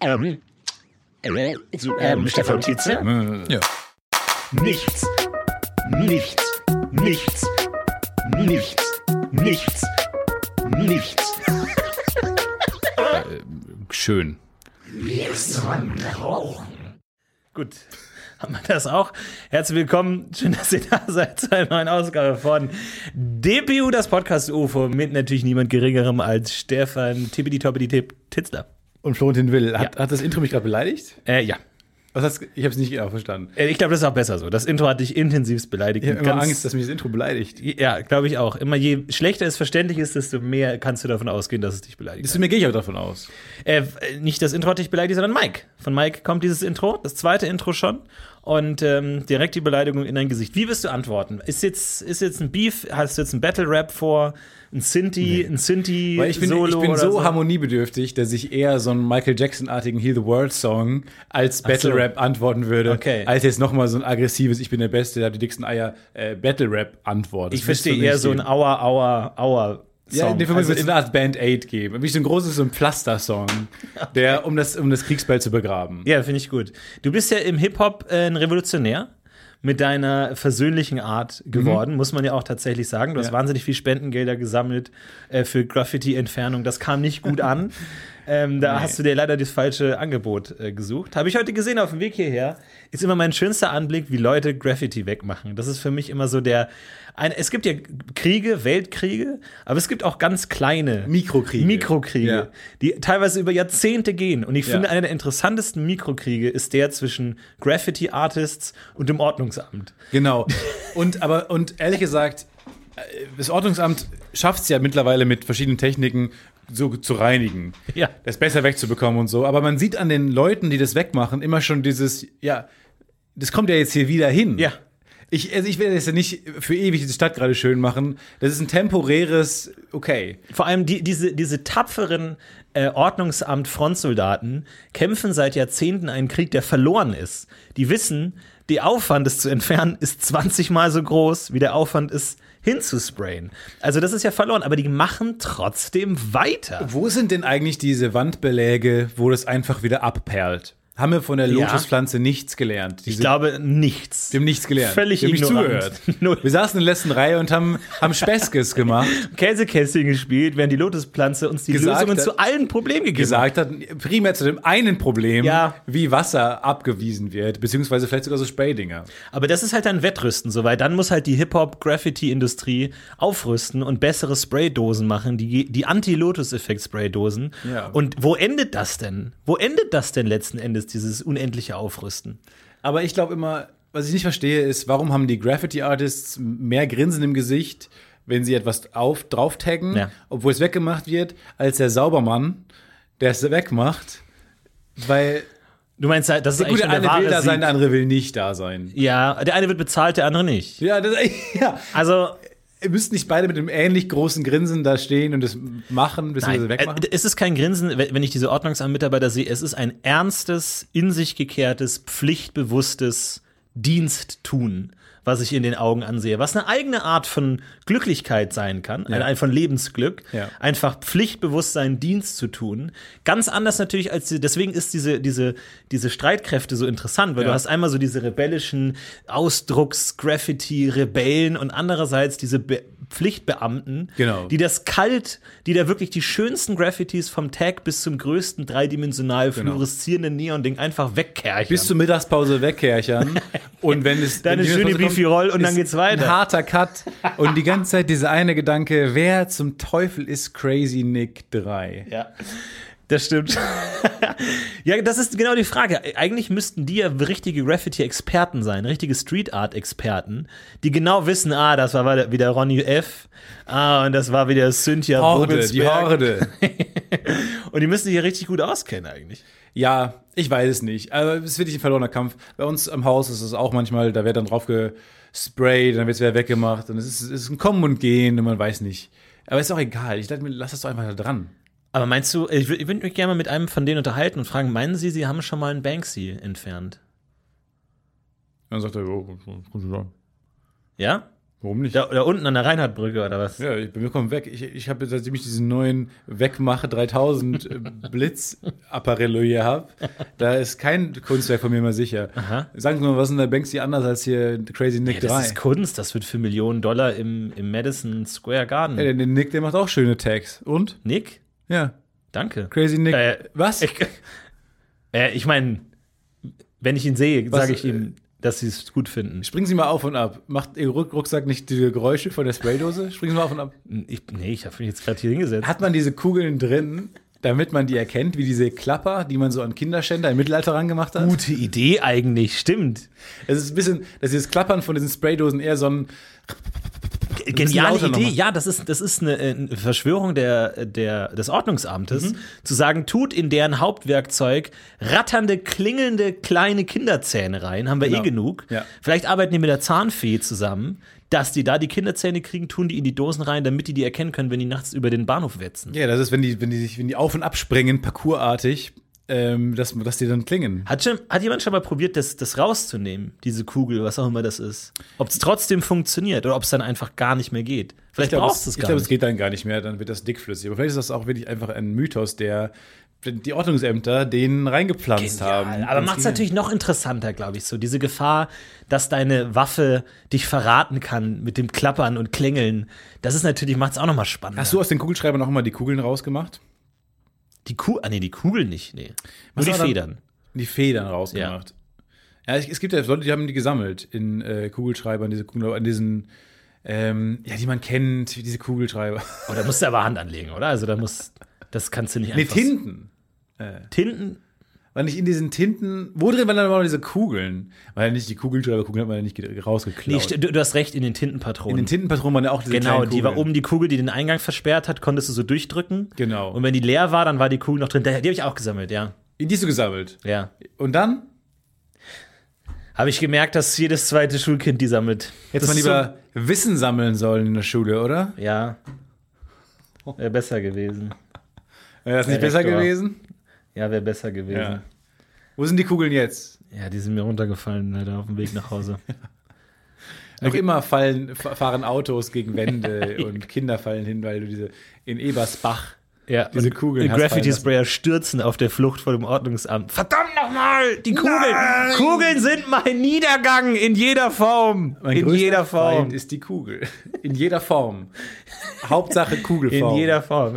ähm, äh, so, ähm, Stefan Tietze? Ja. Nichts. Nichts. Nichts. Nichts. Nichts. Nichts. Schön. Gut. Haben wir das auch? Herzlich willkommen. Schön, dass ihr da seid zu einer neuen Ausgabe von DPU, das Podcast-UFO, mit natürlich niemand geringerem als Stefan Tippidi Toppidi Titzler. Und Florentin Will. Hat, hat das Intro mich gerade beleidigt? Äh, ja. Was heißt, ich habe es nicht genau verstanden. Äh, Ich glaube, das ist auch besser so. Das Intro hat dich intensivst beleidigt. Ich habe immer Ganz- Angst, dass mich das Intro beleidigt. ja, glaube ich auch. Immer je schlechter es verständlich ist, desto mehr kannst du davon ausgehen, dass es dich beleidigt. Zu mir gehe ich auch davon aus. Äh, nicht das Intro hat dich beleidigt, sondern Mike. Von Mike kommt dieses Intro, das zweite Intro schon. Und ähm, direkt die Beleidigung in dein Gesicht. Wie wirst du antworten? Ist jetzt, ist jetzt ein Beef? Hast du jetzt ein Battle-Rap vor? Ein Sinti? Ein Sinti? Weil ich bin, Solo ich bin oder so, harmoniebedürftig, dass ich eher so einen Michael Jackson-artigen Heal the World Song als Battle Rap antworten würde, Okay. als jetzt nochmal so ein aggressives Ich bin der Beste, der hat die dicksten Eier äh, Battle Rap Antwort. Das Ich verstehe müsste eher so ein geben. Aua, Aua, Aua. Ja, Song. in dem Fall Also also es es- eine Art Band Aid geben. Wie so ein großes so ein Pflaster-Song, der um das, um das Kriegsball zu begraben. Ja, finde ich gut. Du bist ja im Hip-Hop äh, ein Revolutionär mit deiner versöhnlichen Art geworden, muss man ja auch tatsächlich sagen. Du hast Mhm. Ja. wahnsinnig viel Spendengelder gesammelt äh, für Graffiti-Entfernung. Das kam nicht gut an. ähm, da hast du dir leider das falsche Angebot äh, gesucht. Habe ich heute gesehen auf dem Weg hierher. Ist immer mein schönster Anblick, wie Leute Graffiti wegmachen. Das ist für mich immer so der. Ein, es gibt ja Kriege, Weltkriege, aber es gibt auch ganz kleine Mikrokriege. Mikrokriege Ja. die teilweise über Jahrzehnte gehen. Und ich Ja. finde, einer der interessantesten Mikrokriege ist der zwischen Graffiti-Artists und dem Ordnungsamt. Genau. Und aber und ehrlich gesagt, äh, das Ordnungsamt schafft es ja mittlerweile mit verschiedenen Techniken so zu reinigen. Ja. Das besser wegzubekommen und so. Aber man sieht an den Leuten, die das wegmachen, immer schon dieses, ja, das kommt ja jetzt hier wieder hin. Ja. Ich, also ich werde jetzt ja nicht für ewig diese Stadt gerade schön machen. Das ist ein temporäres, okay. Vor allem die, diese, diese tapferen äh, Ordnungsamt-Frontsoldaten kämpfen seit Jahrzehnten einen Krieg, der verloren ist. Die wissen, der Aufwand, es zu entfernen, ist 20 Mal so groß, wie der Aufwand ist, hinzusprayen. Also das ist ja verloren, aber die machen trotzdem weiter. Wo sind denn eigentlich diese Wandbeläge, wo das einfach wieder abperlt? Haben wir von der Ja. Lotuspflanze nichts gelernt? Ich Diese glaube, nichts. Wir haben nichts gelernt. Völlig wir haben nicht ignorant. zugehört. Null. Wir saßen in der letzten Reihe und haben, haben Speskes gemacht. Käsekästchen gespielt, während die Lotuspflanze uns die Gesagt Lösungen hat- zu allen Problemen gegeben hat. Gesagt hat, primär zu dem einen Problem, Ja. wie Wasser abgewiesen wird, beziehungsweise vielleicht sogar so Spaydinger. Aber das ist halt dann Wettrüsten, so, weil dann muss halt die Hip-Hop-Graffiti-Industrie aufrüsten und bessere Spraydosen machen, die, die Anti-Lotus-Effekt-Spraydosen. Ja. Und wo endet das denn? Wo endet das denn letzten Endes, dieses unendliche Aufrüsten? Aber ich glaube immer, was ich nicht verstehe, ist, warum haben die Graffiti-Artists mehr Grinsen im Gesicht, wenn sie etwas auf, drauf taggen, Ja. obwohl es weggemacht wird, als der Saubermann, der es wegmacht, weil Du meinst halt, das ist gut, eigentlich der schon der eine wahre will da sein, Sieg. der andere will nicht da sein. Ja, der eine wird bezahlt, der andere nicht. Ja, das, ja. Also, Ihr müsst nicht beide mit einem ähnlich großen Grinsen da stehen und das machen, bis sie Nein, wegmachen. äh, es ist kein Grinsen, wenn wenn ich diese Ordnungsamtmitarbeiter sehe. Es ist ein ernstes, in sich gekehrtes, pflichtbewusstes Diensttun, was ich in den Augen ansehe. Was eine eigene Art von Glücklichkeit sein kann, ein, ein von Lebensglück. Ja. Einfach pflichtbewusst seinen Dienst zu tun. Ganz anders natürlich als, die- deswegen ist diese, diese, diese Streitkräfte so interessant, weil du Ja. hast einmal so diese rebellischen Ausdrucks-Graffiti-Rebellen und andererseits diese Be Pflichtbeamten, Genau. die das kalt, die da wirklich die schönsten Graffitis vom Tag bis zum größten dreidimensional fluoreszierenden Neon-Ding einfach wegkerchen. Genau. Bis zur Mittagspause wegkerchern. und wenn es wenn Dann ist die schöne Mittagspause kommt, Beefy-Roll und dann ist geht's weiter. Ein harter Cut. Und die ganze Zeit dieser eine Gedanke, wer zum Teufel ist Crazy Nick 3? ja. Das stimmt. ja, das ist genau die Frage. Eigentlich müssten die ja richtige Graffiti-Experten sein, richtige Street-Art-Experten, die genau wissen, ah, das war wieder- wieder Ronny F., ah, und das war wieder Cynthia Horde, die Vogelsberg. Horde. Und die müssen sich ja richtig gut auskennen eigentlich. Ja, ich weiß es nicht. Aber es ist wirklich ein verlorener Kampf. Bei uns am Haus ist es auch manchmal, da wird dann drauf gesprayt, dann wird es wieder weggemacht. Und es ist, es ist ein Kommen und Gehen und man weiß nicht. Aber ist auch egal. Ich dachte mir, lass das doch einfach da dran. Aber meinst du, ich würde würd mich gerne mal mit einem von denen unterhalten und fragen, meinen Sie, Sie haben schon mal einen Banksy entfernt? Und dann sagt er, oh, gut, gut, gut. Ja? Warum nicht? Da, da unten an der Reinhardtbrücke oder was? Ja, ich, bei mir kommt weg. Ich, ich habe, seitdem ich diesen neuen Wegmache 3000 äh, Blitz-Apparello hier habe, da ist kein Kunstwerk von mir mehr sicher. Sagen Sie mal, was ist denn der Banksy anders als hier Crazy Nick Ja, das 3? ist Kunst, das wird für Millionen Dollar im, im Madison Square Garden. Ja, der, der Nick, der macht auch schöne Tags. Und? Nick? Ja. Danke. Crazy Nick. Äh, was? Ich, äh, ich meine, wenn ich ihn sehe, Was, äh, sage ich ihm, dass sie es gut finden. Springen Sie mal auf und ab. Macht Ihr Ruck- Rucksack nicht diese Geräusche von der Spraydose? Springen Sie mal auf und ab. Ich, nee, ich habe mich jetzt gerade hier hingesetzt. Hat man diese Kugeln drin, damit man die erkennt, wie diese Klapper, die man so an Kinderschänder im Mittelalter rangemacht hat? Gute Idee eigentlich, stimmt. Es ist ein bisschen, dass dieses Klappern von diesen Spraydosen eher so ein G- Geniale lauter Idee, nochmal. ja, das ist, das ist eine, äh, eine Verschwörung der, der, des Mhm. Ordnungsamtes, zu sagen, tut in deren Hauptwerkzeug ratternde, klingelnde kleine Kinderzähne rein, haben wir eh Genau. genug. Ja. Vielleicht arbeiten die mit der Zahnfee zusammen, dass die da die Kinderzähne kriegen, tun die in die Dosen rein, damit die die erkennen können, wenn die nachts über den Bahnhof wetzen. Ja, das ist, wenn die, wenn die sich, wenn die auf und abspringen, parkourartig, ähm, dass, dass die dann klingen. Hat, schon, hat jemand schon mal probiert, das, das rauszunehmen, diese Kugel, was auch immer das ist? Ob es trotzdem funktioniert oder ob es dann einfach gar nicht mehr geht? Vielleicht glaub, brauchst du es ich gar glaube, es nicht. geht dann gar nicht mehr, dann wird das dickflüssig. Aber vielleicht ist das auch wirklich einfach ein Mythos, der die Ordnungsämter denen reingepflanzt haben. Genial. Aber macht es natürlich noch interessanter, glaube ich, so. Diese Gefahr, dass deine Waffe dich verraten kann mit dem Klappern und Klingeln. Das ist natürlich, macht es auch nochmal spannender. Hast du aus den Kugelschreibern auch mal die Kugeln rausgemacht? Die Ku ah, nee, die Kugel nicht, nee. Nur die auch dann- Federn. Die Federn rausgemacht. Ja, ich- es gibt ja Leute, die haben die gesammelt in äh, Kugelschreibern, diese Kugeln, an diesen, ähm, ja, die man kennt, diese Kugelschreiber. Oh, da musst du aber Hand anlegen, oder? Also da muss, das kannst du nicht Nee, einfach. so- Tinten. Tinten? War nicht in diesen Tinten. Wo drin waren dann immer diese Kugeln? Weil ja nicht die Kugelschreiberkugeln hat man ja nicht ge- Nee, rausgeklaut. st- du, du hast recht, in den in Tintenpatronen. den Tintenpatronen waren ja auch diese genau, kleinen die war Kugeln. oben die Kugel, die den Eingang versperrt hat, konntest du so durchdrücken. Genau. Und wenn die leer war, dann war die Kugel noch drin. Die, die habe ich auch gesammelt, ja. Die hast du gesammelt. Ja. Und dann? Habe ich gemerkt, dass jedes zweite Schulkind die sammelt. Hätte Das man ist lieber Wissen sammeln sollen in der Schule, oder? So, ja. Wäre besser gewesen. Wäre das nicht Der besser Rektor. gewesen? Ja, wäre besser gewesen. Wo sind die Kugeln jetzt? Ja. die sind mir runtergefallen, leider auf dem Weg nach Hause. Noch immer fallen, fa- fahren Autos gegen Wände und Kinder fallen hin, weil du diese in Ebersbach. ja, Diese und Kugeln hast fallen lassen. Graffiti-Sprayer stürzen auf der Flucht vor dem Ordnungsamt. Verdammt nochmal! Die Kugeln! Nein! Kugeln sind mein Niedergang in jeder Form! in größter jeder Form! Feind ist die Kugel. In jeder Form. Hauptsache In Kugelform. jeder Form.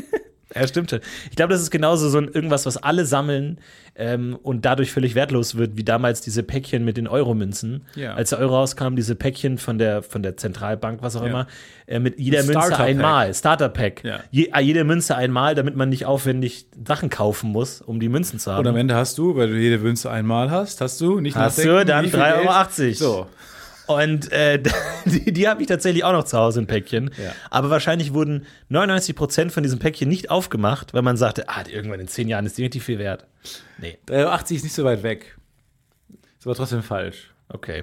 ja, stimmt schon. Ich glaube, das ist genauso so ein irgendwas, was alle sammeln ähm, und dadurch völlig wertlos wird, wie damals diese Päckchen mit den Euromünzen. Ja. Als der Euro rauskam, diese Päckchen von der, von der Zentralbank, was auch immer, äh, mit jeder Ein Münze Starter-Pack. einmal, Starter-Pack. Ja. Je, ah, jede Münze einmal, damit man nicht aufwendig Sachen kaufen muss, um die Münzen zu haben. Und am Ende hast du, weil du jede Wünsche einmal hast, hast du nicht Hast du nachdenken, dann wie viel Geld- 3,80. So. Und äh, die, die habe ich tatsächlich auch noch zu Hause in Päckchen. Ja. Aber wahrscheinlich wurden 99 Prozent von diesem Päckchen nicht aufgemacht, weil man sagte, ah, irgendwann in zehn Jahren ist die richtig viel wert. Nee, 3,80 ist nicht so weit weg. Ist aber trotzdem falsch. okay.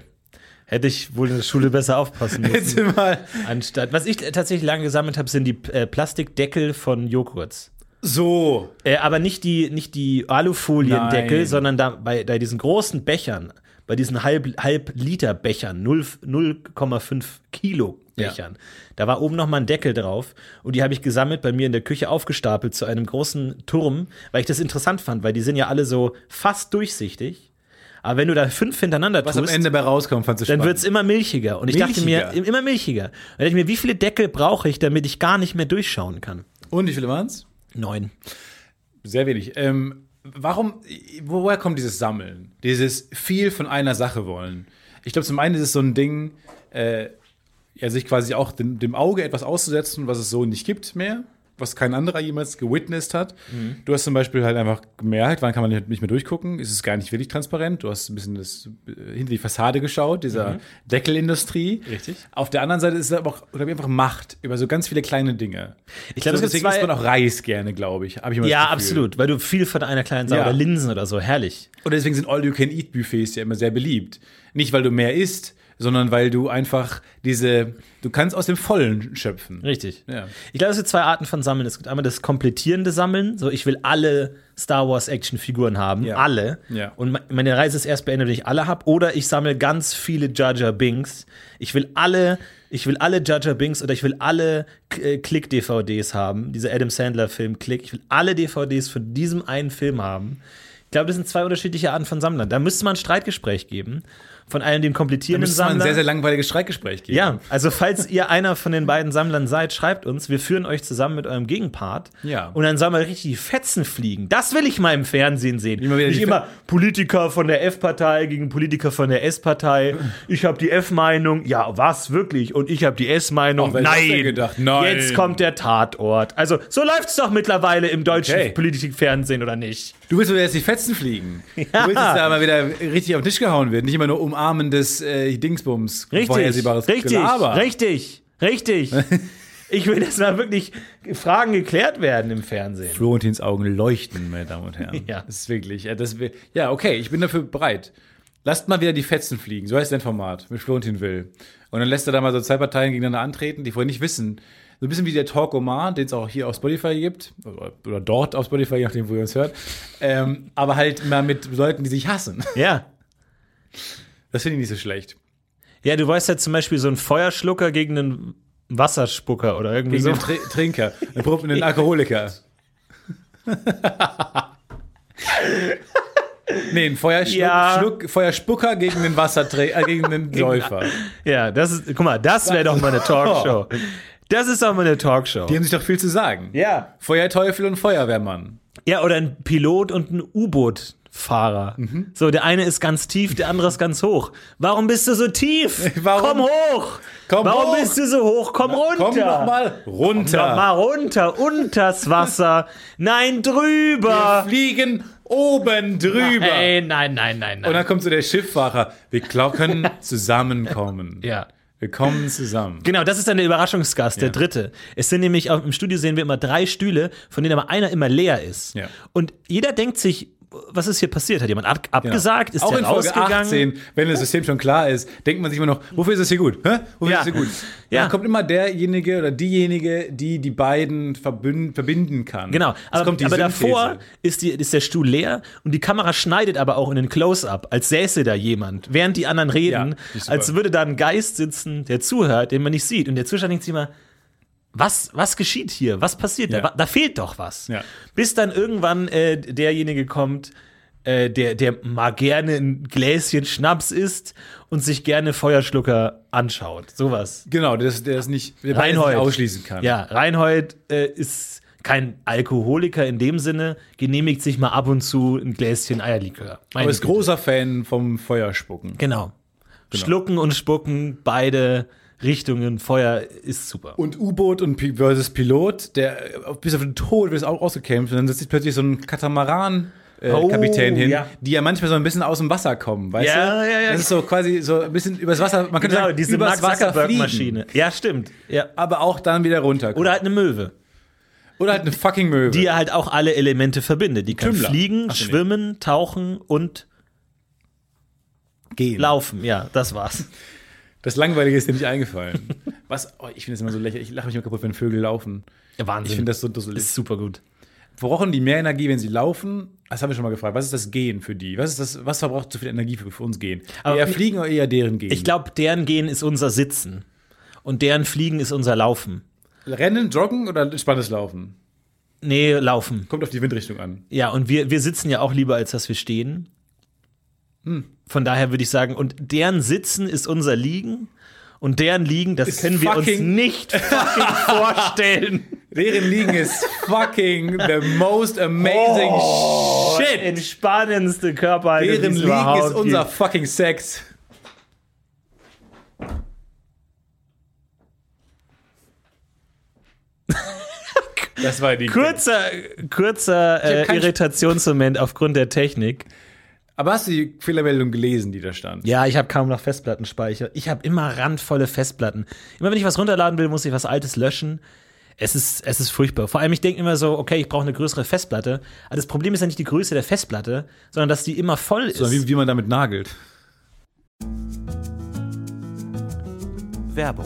Hätte ich wohl in der Schule besser aufpassen Jetzt müssen. mal anstatt, was ich tatsächlich lange gesammelt habe, sind die äh, Plastikdeckel von Joghurts. so. Äh, aber nicht die, nicht die Alufoliendeckel, Nein. sondern da, bei, bei diesen großen Bechern, bei diesen halb, halb Liter Bechern, 0 0,5 Kilo Bechern. Da war oben noch mal ein Deckel drauf und die habe ich gesammelt bei mir in der Küche aufgestapelt zu einem großen Turm, weil ich das interessant fand, weil die sind ja alle so fast durchsichtig. Aber wenn du da fünf hintereinander Was am tust, Ende bei rauskommt, fandst du dann spannend. wird es immer milchiger. Und ich Milchiger? dachte mir, immer milchiger. Und da dachte ich mir, wie viele Deckel brauche ich, damit ich gar nicht mehr durchschauen kann? Und wie viele waren's? Neun. Sehr wenig. Ähm, warum, woher kommt dieses Sammeln? Dieses viel von einer Sache wollen? Ich glaube, zum einen ist es so ein Ding, äh, ja, sich quasi auch dem, dem Auge etwas auszusetzen, was es so nicht gibt mehr, was kein anderer jemals gewitnessed hat. Mhm. Du hast zum Beispiel halt einfach gemerkt, wann kann man nicht mehr durchgucken, ist es gar nicht wirklich transparent. Du hast ein bisschen das, äh, hinter die Fassade geschaut, dieser Deckelindustrie. Mhm. Richtig. Auf der anderen Seite ist es aber auch, glaube ich, einfach Macht über so ganz viele kleine Dinge. Ich glaube, so, es deswegen gibt zwei- isst man auch Reis gerne, glaube ich. Hab ich immer das Ja, Gefühl. absolut, weil du viel von einer kleinen Sache Ja. oder Linsen oder so, herrlich. Und deswegen sind All-You-Can-Eat-Buffets ja immer sehr beliebt. Nicht, weil du mehr isst, sondern weil du einfach diese, du kannst aus dem Vollen schöpfen. Richtig. Ja. Ich glaube, es gibt zwei Arten von Sammeln. Es gibt einmal das komplettierende Sammeln, so ich will alle Star Wars Actionfiguren haben, Ja. alle. Ja. Und me- meine Reise ist erst beendet, wenn ich alle habe. Oder ich sammle ganz viele Jar Jar Binks. Ich will alle ich will alle Judger Binks oder ich will alle äh, Click-DVDs haben. Dieser Adam Sandler-Film Click. Ich will alle DVDs von diesem einen Film haben. Ich glaube, das sind zwei unterschiedliche Arten von Sammlern. Da müsste man ein Streitgespräch geben. Von einem dem Da komplizierenden müsste man ein sehr, Sammler. sehr langweiliges Streitgespräch geben. Ja, also falls ihr einer von den beiden Sammlern seid, schreibt uns. Wir führen euch zusammen mit eurem Gegenpart. Ja. Und dann sollen wir richtig die Fetzen fliegen. Das will ich mal im Fernsehen sehen. Immer wieder Nicht die Fe- immer Politiker von der F-Partei gegen Politiker von der S-Partei. Ich habe die F-Meinung. Ja, was wirklich? Und ich habe die S-Meinung. Ach, wer hat das denn Nein. gedacht? Nein. Jetzt kommt der Tatort. Also so läuft's doch mittlerweile im deutschen Okay. Politikfernsehen oder nicht? Du willst mir jetzt die Fetzen fliegen. Du willst, dass da mal wieder richtig auf den Tisch gehauen wird. Nicht immer nur umarmendes äh, Dingsbums. Richtig, vorhersehbares richtig, Gelaber. richtig, richtig. Ich will, dass mal wirklich Fragen geklärt werden im Fernsehen. Florentins Augen leuchten, meine Damen und Herren. Ja. Das ist wirklich. Ja, das, wär- ja, okay, ich bin dafür bereit. Lasst mal wieder die Fetzen fliegen, so heißt dein Format, mit Florentin Will. Und dann lässt er da mal so zwei Parteien gegeneinander antreten, die vorher nicht wissen. So ein bisschen wie der Talk Omar, den es auch hier auf Spotify gibt, oder, oder dort auf Spotify, je nachdem, wo ihr uns hört. Ähm, aber halt mal mit Leuten, die sich hassen. Ja. Das finde ich nicht so schlecht. Ja, du weißt ja zum Beispiel so einen Feuerschlucker gegen einen Wasserspucker oder irgendwie Gegen so. einen Tr Trinker, einen probieren Alkoholiker. nee, ein Feuerschluck, Ja. Schluck, Feuerspucker gegen den Wasserträger, äh, gegen den Säufer. Ja, das ist, guck mal, das wäre doch mal eine Talkshow. Das ist doch mal eine Talkshow. Die haben sich doch viel zu sagen. Ja. Feuerteufel und Feuerwehrmann. Ja, oder ein Pilot und ein U-Boot-Fahrer. Mhm. So, der eine ist ganz tief, der andere ist ganz hoch. Warum bist du so tief? Warum? Komm hoch! Komm Warum hoch! bist du so hoch? Komm runter! Komm doch mal Doch mal runter. runter, unters Wasser. Nein, Wir drüber. fliegen oben drüber. Ey, nein, nein, nein, nein. Und dann kommt so der Schiffwacher. Wir glaub- können zusammenkommen. ja. Wir kommen zusammen. Genau, das ist dann der Überraschungsgast, der Ja. dritte. Es sind nämlich, auch im Studio sehen wir immer drei Stühle, von denen aber einer immer leer ist. Ja. Und jeder denkt sich, was ist hier passiert? Hat jemand ab abgesagt? Ist auch der in Folge rausgegangen? 18, wenn das System schon klar ist, denkt man sich immer noch, wofür ist es hier gut? Hä? Wofür Ja. ist es hier gut? Ja. Dann kommt immer derjenige oder diejenige, die die beiden verbünden, verbinden kann. Genau, Es aber, kommt die aber Synthese. davor ist, die, ist der Stuhl leer und die Kamera schneidet aber auch in den Close-Up, als säße da jemand, während die anderen reden, Ja, die ist super. als würde da ein Geist sitzen, der zuhört, den man nicht sieht. Und der Zuschauer denkt sich immer, was, was geschieht hier? Was passiert da? Ja. Wa- Da fehlt doch was. Ja. Bis dann irgendwann äh, derjenige kommt, äh, der, der mal gerne ein Gläschen Schnaps isst und sich gerne Feuerschlucker anschaut. Sowas. Genau, der ist, der ist nicht, der beides Reinhold. nicht ausschließen kann. Ja, Reinhold äh, ist kein Alkoholiker in dem Sinne, genehmigt sich mal ab und zu ein Gläschen Eierlikör. Meine Aber ist Güte. großer Fan vom Feuerspucken. Genau. Schlucken und spucken, beide Richtungen, Feuer ist super. Und U-Boot und Pi- versus Pilot, der äh, bis auf den Tod wird es auch ausgekämpft und dann sitzt plötzlich so ein Katamaran. äh, Oh, Kapitän hin, ja. die ja manchmal so ein bisschen aus dem Wasser kommen, weißt Ja, du? ja, ja. Das ist so quasi so ein bisschen übers Wasser, man könnte Genau, sagen, diese übers Mark Wasser fliegen. Zuckerberg-Maschine. Ja, stimmt. Ja. aber auch dann wieder runter. Oder halt eine Möwe, Oder halt eine fucking Möwe. die halt auch alle Elemente verbindet. Die kann Tümmler. fliegen, Ach, nee. schwimmen, tauchen und gehen. laufen. Ja, das war's. Das Langweilige ist dir nicht eingefallen. Was? Oh, ich finde das immer so lächerlich. Ich lache mich immer kaputt, wenn Vögel laufen. Ja, Wahnsinn. Ich finde das so dusselig. ist super gut. Brauchen die mehr Energie, wenn sie laufen? Das haben wir schon mal gefragt. Was ist das Gehen für die? Was ist das? Was verbraucht so viel Energie für, für uns Gehen? Aber eher ich- fliegen oder eher deren Gehen? Ich glaube, deren Gehen ist unser Sitzen. Und deren Fliegen ist unser Laufen. Rennen, Joggen oder spannendes Laufen? Nee, laufen. Kommt auf die Windrichtung an. Ja, und wir, wir sitzen ja auch lieber, als dass wir stehen. Hm. Von daher würde ich sagen, und deren Sitzen ist unser Liegen. Und deren Liegen, das Ist können wir uns fucking- nicht fucking vorstellen. Deren Liegen ist fucking the most amazing shit. Entspannendste Körper. Deren Liegen Oh, ist unser fucking Sex. Das war die. Kurzer, kurzer hab äh, keinen- Irritationsmoment aufgrund der Technik. Aber hast du die Fehlermeldung gelesen, die da stand? Ja, ich habe kaum noch Festplattenspeicher. Ich habe immer randvolle Festplatten. Immer wenn ich was runterladen will, muss ich was Altes löschen. Es ist, es ist furchtbar. Vor allem, ich denke immer so, okay, ich brauche eine größere Festplatte. Aber das Problem ist ja nicht die Größe der Festplatte, sondern dass die immer voll ist. Sondern wie, wie man damit nagelt. Werbung.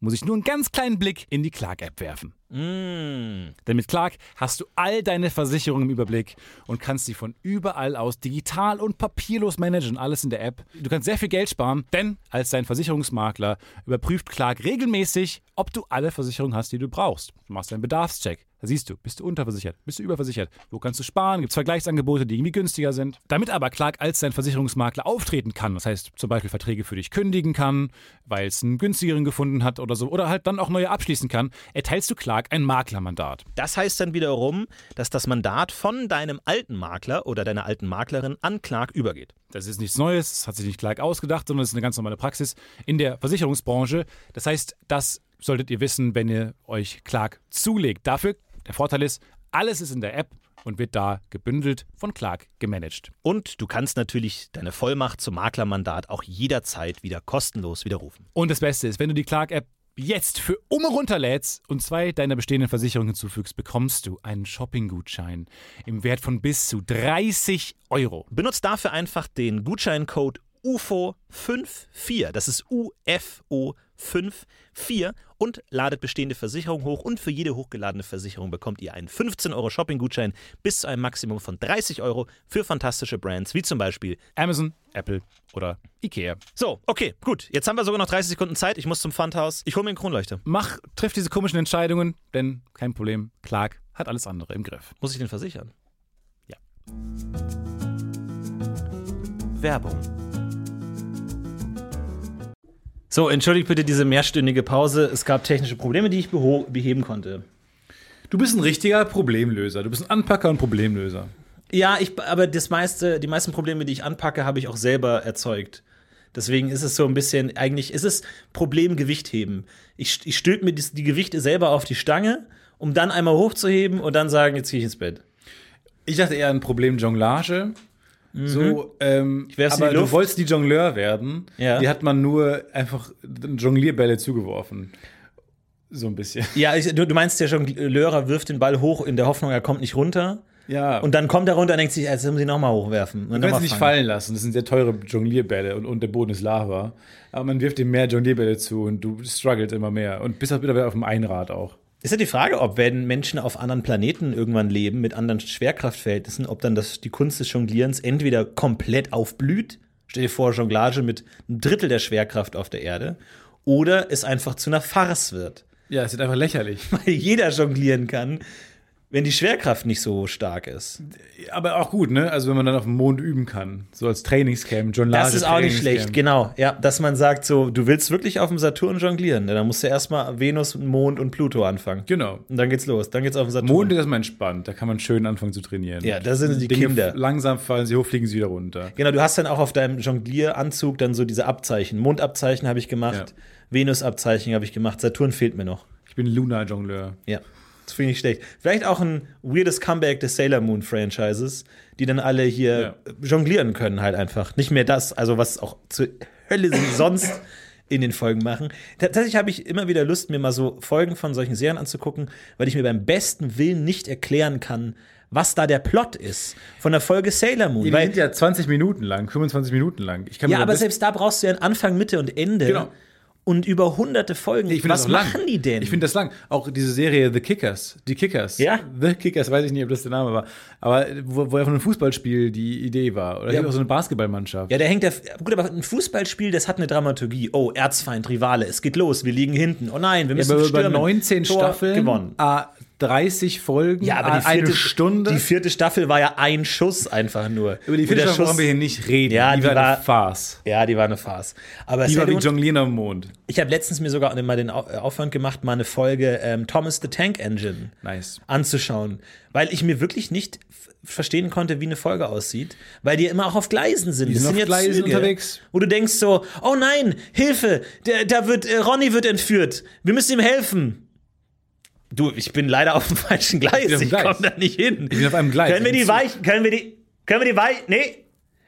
muss ich nur einen ganz kleinen Blick in die Clark-App werfen. Mm. Denn mit Clark hast du all deine Versicherungen im Überblick und kannst sie von überall aus digital und papierlos managen, alles in der App. Du kannst sehr viel Geld sparen, denn als dein Versicherungsmakler überprüft Clark regelmäßig, ob du alle Versicherungen hast, die du brauchst. Du machst einen Bedarfscheck. Da siehst du, bist du unterversichert, bist du überversichert, wo kannst du sparen, gibt es Vergleichsangebote, die irgendwie günstiger sind. Damit aber Clark als dein Versicherungsmakler auftreten kann, das heißt zum Beispiel Verträge für dich kündigen kann, weil es einen günstigeren gefunden hat oder so, oder halt dann auch neue abschließen kann, erteilst du Clark ein Maklermandat. Das heißt dann wiederum, dass das Mandat von deinem alten Makler oder deiner alten Maklerin an Clark übergeht. Das ist nichts Neues, das hat sich nicht Clark ausgedacht, sondern das ist eine ganz normale Praxis in der Versicherungsbranche. Das heißt, das solltet ihr wissen, wenn ihr euch Clark zulegt. Dafür, der Vorteil ist, alles ist in der App und wird da gebündelt von Clark gemanagt. Und du kannst natürlich deine Vollmacht zum Maklermandat auch jederzeit wieder kostenlos widerrufen. Und das Beste ist, wenn du die Clark-App jetzt für immer runterlädst und zwei deiner bestehenden Versicherungen hinzufügst, bekommst du einen Shopping-Gutschein im Wert von bis zu 30 Euro. Benutzt dafür einfach den Gutscheincode UFO54, das ist UFO54 und ladet bestehende Versicherungen hoch und für jede hochgeladene Versicherung bekommt ihr einen 15 Euro Shopping-Gutschein bis zu einem Maximum von 30 Euro für fantastische Brands wie zum Beispiel Amazon, Apple oder Ikea. So, okay, gut. Jetzt haben wir sogar noch 30 Sekunden Zeit. Ich muss zum Pfandhaus. Ich hole mir einen Kronleuchter. mach, triff diese komischen Entscheidungen, denn kein Problem, Clark hat alles andere im Griff. Muss ich den versichern? Ja. Werbung. So, entschuldigt bitte diese mehrstündige Pause. Es gab technische Probleme, die ich beho- beheben konnte. Du bist ein richtiger Problemlöser. Du bist ein Anpacker und Problemlöser. Ja, ich, aber das meiste, die meisten Probleme, die ich anpacke, habe ich auch selber erzeugt. Deswegen ist es so ein bisschen, eigentlich ist es Problemgewicht heben. Ich, ich stülpe mir die, die Gewichte selber auf die Stange, um dann einmal hochzuheben und dann sagen, jetzt gehe ich ins Bett. Ich dachte eher an Problemjonglage. Mhm. So, ähm, werf's in aber die du Luft. wolltest die Jongleur werden. Ja. Die hat man nur einfach Jonglierbälle zugeworfen. So ein bisschen. Ja, ich, du, du meinst ja schon, Löhrer wirft den Ball hoch in der Hoffnung, er kommt nicht runter. Ja. Und dann kommt er runter und denkt sich, jetzt müssen sie nochmal hochwerfen. Und Du noch kannst mal sie nicht fangen. fallen lassen. Das sind sehr teure Jonglierbälle und, und der Boden ist Lava. Aber man wirft dir mehr Jonglierbälle zu und du struggelt immer mehr. Und bist auch wieder auf dem Einrad auch. Ist ja die Frage, ob wenn Menschen auf anderen Planeten irgendwann leben, mit anderen Schwerkraftverhältnissen, ob dann das, die Kunst des Jonglierens entweder komplett aufblüht, stell dir vor, Jonglage mit einem Drittel der Schwerkraft auf der Erde, oder es einfach zu einer Farce wird, Ja, es wird einfach lächerlich. weil jeder jonglieren kann, wenn die Schwerkraft nicht so stark ist. Aber auch gut, ne? Also wenn man dann auf dem Mond üben kann, so als Trainingscamp, John Das Lage ist auch nicht Trainingscamp. schlecht, genau. Ja, dass man sagt, so, du willst wirklich auf dem Saturn jonglieren, ne? dann musst du erstmal Venus, Mond und Pluto anfangen. Genau. Und dann geht's los, dann geht's auf den Saturn. Mond ist erstmal entspannt, da kann man schön anfangen zu trainieren. Ja, da sind die Dinge Kinder. f- Langsam fallen sie hoch, fliegen sie wieder runter. Genau, du hast dann auch auf deinem Jonglieranzug dann so diese Abzeichen. Mondabzeichen habe ich gemacht, Ja. Venusabzeichen habe ich gemacht, Saturn fehlt mir noch. Ich bin Lunar-Jongleur. Ja, das finde ich nicht schlecht. Vielleicht auch ein weirdes Comeback des Sailor Moon Franchises, die dann alle hier Ja. jonglieren können halt einfach. Nicht mehr das, also was auch zur Hölle sie sonst in den Folgen machen. Tatsächlich habe ich immer wieder Lust, mir mal so Folgen von solchen Serien anzugucken, weil ich mir beim besten Willen nicht erklären kann, was da der Plot ist von der Folge Sailor Moon. Die weil sind ja 20 Minuten lang, 25 Minuten lang. Ich kann ja, mir aber das- selbst da brauchst du ja einen Anfang, Mitte und Ende. Genau. Und über hunderte Folgen. ich finde Was das auch lang. machen die denn? Ich finde das lang. Auch diese Serie The Kickers, die Kickers. Ja. The Kickers, weiß ich nicht, ob das der Name war. Aber wo, wo ja von einem Fußballspiel die Idee war. Oder Ja. ja. auch so eine Basketballmannschaft. ja, da hängt der. Gut, aber ein Fußballspiel, das hat eine Dramaturgie. Oh, Erzfeind, Rivale, es geht los, wir liegen hinten. Oh nein, wir müssen aber über stürmen. 19 Tor Staffeln, gewonnen. ah, 30 Folgen, Ja, aber ah, die vierte, eine Stunde. Die vierte Staffel war ja ein Schuss einfach nur. Über die Und der Fischer Schuss- wollen wir hier nicht reden. Ja, die war eine war- Farce. Ja, die war eine Farce. Aber Die war Sailor wie Moon- Jonglina am Mond. ich habe letztens mir sogar mal den Au- äh, Aufwand gemacht, mal eine Folge ähm, Thomas the Tank Engine. Nice. anzuschauen, weil ich mir wirklich nicht f- verstehen konnte, wie eine Folge aussieht, weil die immer auch auf Gleisen sind. sind Das auf ja Gleisen unterwegs. Wo du denkst so, oh nein, Hilfe, der, da wird, äh, Ronny wird entführt, wir müssen ihm helfen. Du, ich bin leider auf dem falschen Gleis. bin auf dem Ich komme Gleis. da nicht hin. Ich bin auf einem Gleis. Können wir die Ich bin Weichen, können wir die, können wir die Weichen, nee.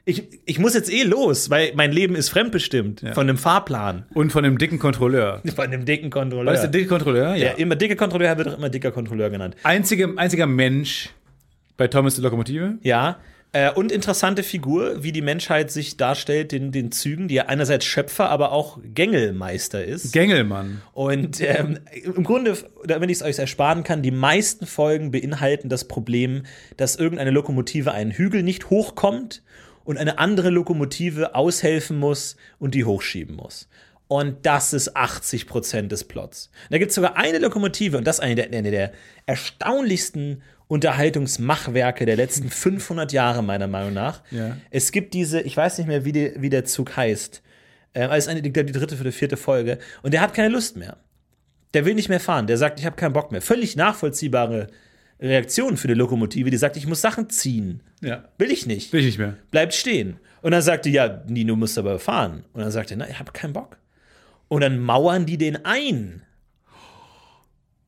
Ich, ich muss jetzt eh los, weil mein Leben ist fremdbestimmt von einem Fahrplan, Und von dem dicken Kontrolleur. von einem dicken Kontrolleur. War das der dicke Kontrolleur? Der immer dicke Kontrolleur wird auch immer dicker Kontrolleur genannt. Einzige, einziger Mensch bei Thomas die Lokomotive. Ja. Äh, und interessante Figur, wie die Menschheit sich darstellt, den, den Zügen, die ja einerseits Schöpfer, aber auch Gängelmeister ist. Gängelmann. Und ähm, im Grunde, damit ich es euch ersparen kann, die meisten Folgen beinhalten das Problem, dass irgendeine Lokomotive einen Hügel nicht hochkommt und eine andere Lokomotive aushelfen muss und die hochschieben muss. Und das ist 80 Prozent des Plots. Und da gibt es sogar eine Lokomotive, und das ist eine der, eine der erstaunlichsten Unterhaltungsmachwerke der letzten 500 Jahre, meiner Meinung nach. Ja. Es gibt diese, ich weiß nicht mehr, wie, die, wie der Zug heißt. Ähm, also eine, die, die dritte für die vierte Folge. Und der hat keine Lust mehr. Der will nicht mehr fahren. Der sagt, ich habe keinen Bock mehr. Völlig nachvollziehbare Reaktion für die Lokomotive, die sagt, ich muss Sachen ziehen. Ja. Will ich nicht. Will ich nicht mehr. Bleibt stehen. Und dann sagte, ja, nee, du musst aber fahren. Und dann sagte er, nein, ich habe keinen Bock. Und dann mauern die den ein.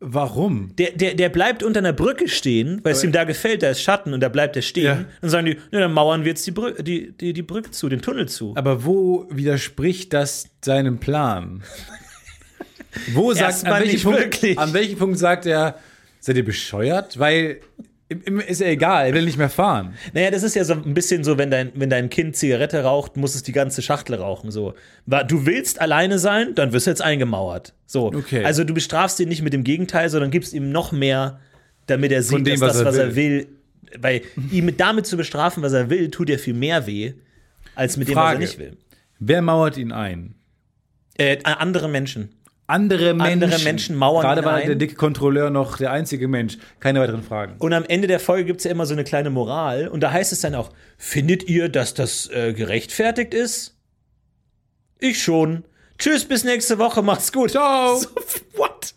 Warum? Der, der, der bleibt unter einer Brücke stehen, weil es ihm da gefällt, da ist Schatten und da bleibt er stehen. Ja. Dann sagen die, nee, dann mauern wir jetzt die, Brü die, die, die Brücke zu, den Tunnel zu. Aber wo widerspricht das seinem Plan? wo sagt Erstmal an nicht welchem, Punkt, wirklich. an welchem Punkt sagt er, seid ihr bescheuert? Weil im- im- ist ja egal, er will nicht mehr fahren. Naja, das ist ja so ein bisschen so, wenn dein, wenn dein Kind Zigarette raucht, muss es die ganze Schachtel rauchen. So. Wa- Du willst alleine sein, dann wirst du jetzt eingemauert. So. Okay. Also du bestrafst ihn nicht mit dem Gegenteil, sondern gibst ihm noch mehr, damit er Von sieht, dem, dass was das, was er er will. Weil ihn mit- damit zu bestrafen, was er will, tut ja viel mehr weh, als mit dem, was er Frage. nicht will. Wer mauert ihn ein? Äh, a- andere Menschen. Andere Menschen. Andere Menschen mauern Gerade ihn war ein. der dicke Kontrolleur noch der einzige Mensch. Keine weiteren Fragen. Und am Ende der Folge gibt es ja immer so eine kleine Moral. Und da heißt es dann auch: Findet ihr, dass das äh, gerechtfertigt ist? Ich schon. Tschüss, bis nächste Woche. Macht's gut. Ciao. So, what?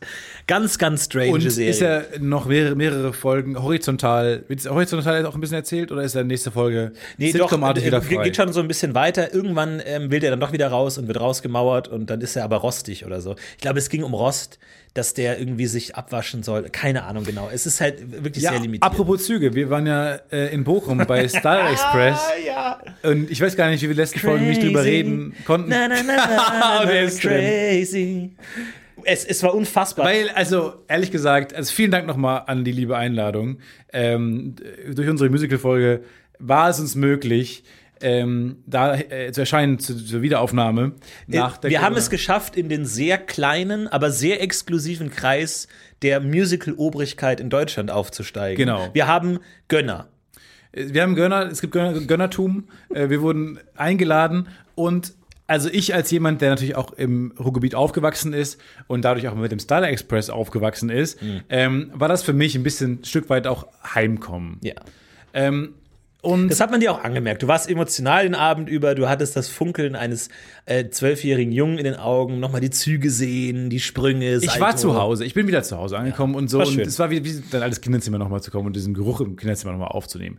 Ganz, ganz strange Und Serie. ist er noch mehrere, mehrere Folgen horizontal? Wird es horizontal auch ein bisschen erzählt oder ist er nächste Folge nee, doch, sitcomartig äh, wieder ge- frei? geht schon so ein bisschen weiter. Irgendwann ähm, will der dann doch wieder raus und wird rausgemauert und dann ist er aber rostig oder so. Ich glaube, es ging um Rost, dass der irgendwie sich abwaschen soll. Keine Ahnung genau. Es ist halt wirklich ja, sehr limitiert. apropos Züge, wir waren ja äh, in Bochum bei Star Express Ah, ja. und ich weiß gar nicht, wie wir letzten Folgen nicht drüber Crazy. reden konnten. Na, na, na, na, na, Wer ist crazy. Es, es war unfassbar. Weil, also, ehrlich gesagt, also vielen Dank nochmal an die liebe Einladung. Ähm, durch unsere Musical-Folge war es uns möglich, ähm, da äh, zu erscheinen zu, zur Wiederaufnahme. Nach der Äh, wir haben Corona- es geschafft, in den sehr kleinen, aber sehr exklusiven Kreis der Musical-Obrigkeit in Deutschland aufzusteigen. Genau. Wir haben Gönner. Wir haben Gönner, es gibt Gönner, Gönnertum. Äh, Wir wurden eingeladen und also ich als jemand, der natürlich auch im Ruhrgebiet aufgewachsen ist und dadurch auch mit dem Starlight Express aufgewachsen ist, ähm, war das für mich ein bisschen ein Stück weit auch Heimkommen. Ja. Ähm, und Das hat man dir auch angemerkt. Du warst emotional den Abend über, du hattest das Funkeln eines äh, zwölfjährigen Jungen in den Augen, nochmal die Züge sehen, die Sprünge. ich war zu Hause, ich bin wieder zu Hause angekommen und so. war Und schön. es war wie, wie dein altes Kinderzimmer nochmal zu kommen und diesen Geruch im Kinderzimmer nochmal aufzunehmen.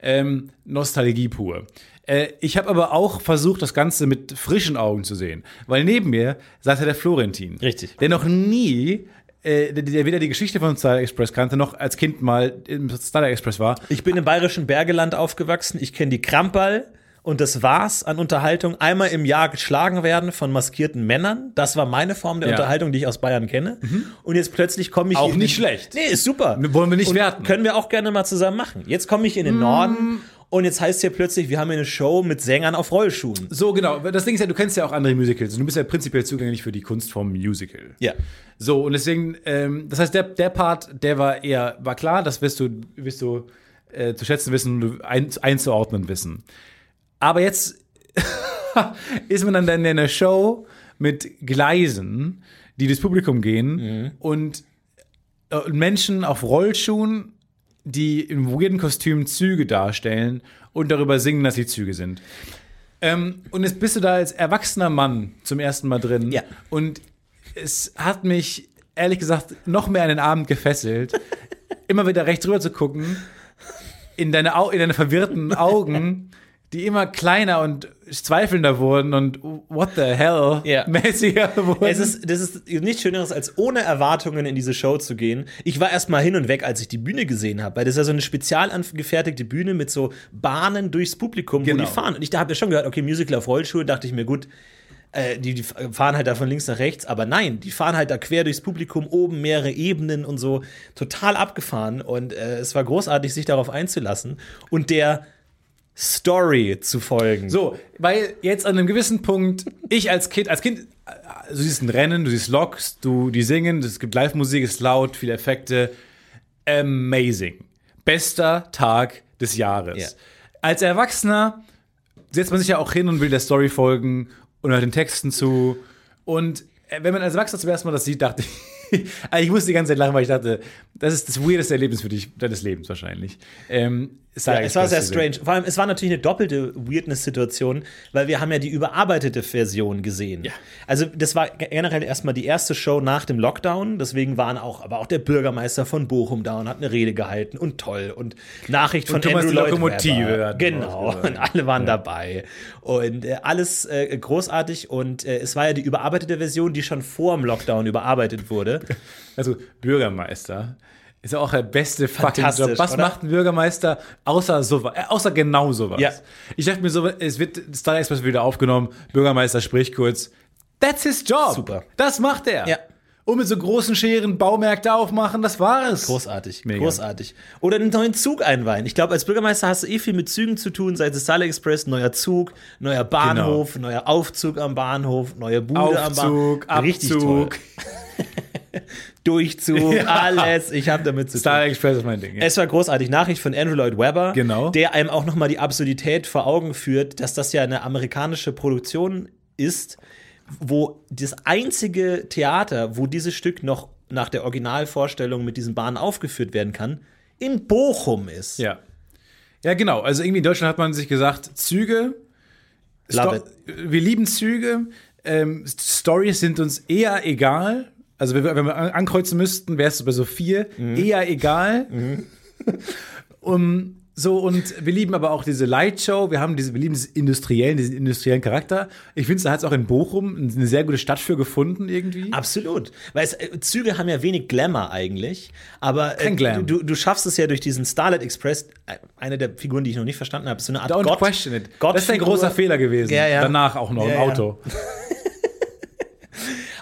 Ähm, Nostalgie pur. Äh, ich habe aber auch versucht, das Ganze mit frischen Augen zu sehen. Weil neben mir saß ja der Florentin. Richtig. Der noch nie, äh, der, der weder die Geschichte von Starlight Express kannte, noch als Kind mal im Starlight Express war. Ich bin im bayerischen Bergeland aufgewachsen. Ich kenne die Krampal und das war's an Unterhaltung. Einmal im Jahr geschlagen werden von maskierten Männern. Das war meine Form der Ja. Mhm. Unterhaltung, die ich aus Bayern kenne. Und jetzt plötzlich komme ich. Auch in nicht den, schlecht. Nee, ist super. Wollen wir nicht und werten. Mm. Können wir auch gerne mal zusammen machen. Jetzt komme ich in den Norden und jetzt heißt hier plötzlich, wir haben hier eine Show mit Sängern auf Rollschuhen. So, genau. Das Ding ist ja, du kennst ja auch andere Musicals. und Du bist ja prinzipiell zugänglich für die Kunstform Musical. Ja. So, und deswegen, ähm, das heißt, der, der Part, der war eher, war klar, das wirst du, wirst du äh, zu schätzen wissen, und ein, einzuordnen wissen. Aber jetzt ist man dann in einer Show mit Gleisen, die durchs Publikum gehen und äh, Menschen auf Rollschuhen, die in weirden Kostümen Züge darstellen und darüber singen, dass sie Züge sind. Ähm, und jetzt bist du da als erwachsener Mann zum ersten Mal drin. Ja. Und es hat mich, ehrlich gesagt, noch mehr an den Abend gefesselt, immer wieder rechts rüber zu gucken, in deine, Au in deine verwirrten Augen, die immer kleiner und zweifelnder wurden und what the hell Ja. mäßiger wurden. Es ist, das ist nichts Schöneres, als ohne Erwartungen in diese Show zu gehen. Ich war erst mal hin und weg, als ich die Bühne gesehen habe, weil das ist ja so eine spezial angefertigte Bühne mit so Bahnen durchs Publikum, Genau. wo die fahren. Und ich habe ja schon gehört, okay, Musical auf Rollschuhe, dachte ich mir, gut, äh, die, die fahren halt da von links nach rechts, aber nein, die fahren halt da quer durchs Publikum, oben mehrere Ebenen und so, total abgefahren. Und äh, es war großartig, sich darauf einzulassen und der Story zu folgen. So, weil jetzt an einem gewissen Punkt, ich als Kind, als Kind, also du siehst ein Rennen, du siehst Loks, du, die singen, es gibt Live-Musik, es ist laut, viele Effekte. Amazing. Bester Tag des Jahres. Ja. Als Erwachsener setzt man sich ja auch hin und will der Story folgen und hört den Texten zu. Und äh, wenn man als Erwachsener zum ersten Mal das sieht, dachte ich, also ich musste die ganze Zeit lachen, weil ich dachte, das ist das weirdeste Erlebnis für dich, deines Lebens wahrscheinlich. Ähm, Ja, es war sehr strange. Vor allem, es war natürlich eine doppelte Weirdness-Situation, weil wir haben ja die überarbeitete Version gesehen. Ja. Also das war generell erstmal die erste Show nach dem Lockdown. Deswegen waren auch, aber auch der Bürgermeister von Bochum da und hat eine Rede gehalten und toll und Nachricht von Thomas Andrew die Lloyd Lokomotive Webber. hat Genau. rausgesagt. Und alle waren dabei und äh, alles äh, großartig. Und äh, es war ja die überarbeitete Version, die schon vor dem Lockdown überarbeitet wurde. Also Bürgermeister ist ja auch der beste fucking Fantastisch, Job. Was oder? macht ein Bürgermeister außer sowas? Äh, außer genau sowas. Ja. Ich dachte mir so, es wird Star Express wieder aufgenommen, Bürgermeister spricht kurz. That's his job. Super. Das macht er. Ja. Und mit so großen Scheren Baumärkte aufmachen, das war es. Großartig, Mega. großartig. Oder einen neuen Zug einweihen. Ich glaube, als Bürgermeister hast du eh viel mit Zügen zu tun, sei es Sale Express, neuer Zug, neuer Bahnhof, neuer Aufzug am Bahnhof, neue Bude am Genau. Aufzug, Bahnhof. Richtig toll. Abzug. Durchzug, Ja. alles. Ich habe damit zu tun. Star Express ist mein Ding. ja. Es war großartig. Nachricht von Andrew Lloyd Webber, Genau. der einem auch nochmal die Absurdität vor Augen führt, dass das ja eine amerikanische Produktion ist, wo das einzige Theater, wo dieses Stück noch nach der Originalvorstellung mit diesen Bahnen aufgeführt werden kann, in Bochum ist. Ja. Ja, genau. Also irgendwie in Deutschland hat man sich gesagt, Züge, Love Sto- wir lieben Züge, ähm, Stories sind uns eher egal. Also wenn wir, wenn wir an- ankreuzen müssten, wärst du bei so vier, Mhm. eher egal. um, so, und wir lieben aber auch diese Lightshow, wir haben diese, wir lieben diesen industriellen, diesen industriellen Charakter. Ich finde, da hat es auch in Bochum eine sehr gute Stadt für gefunden, irgendwie. Absolut. Weil es, äh, Züge haben ja wenig Glamour eigentlich, aber äh, Kein Glam. Du, du schaffst es ja durch diesen Starlight Express, äh, eine der Figuren, die ich noch nicht verstanden habe, ist so eine Art Don't Gott, question it. Gott das ist ein großer Fehler gewesen. Ja, ja. Danach auch noch im Ja, ja. Auto.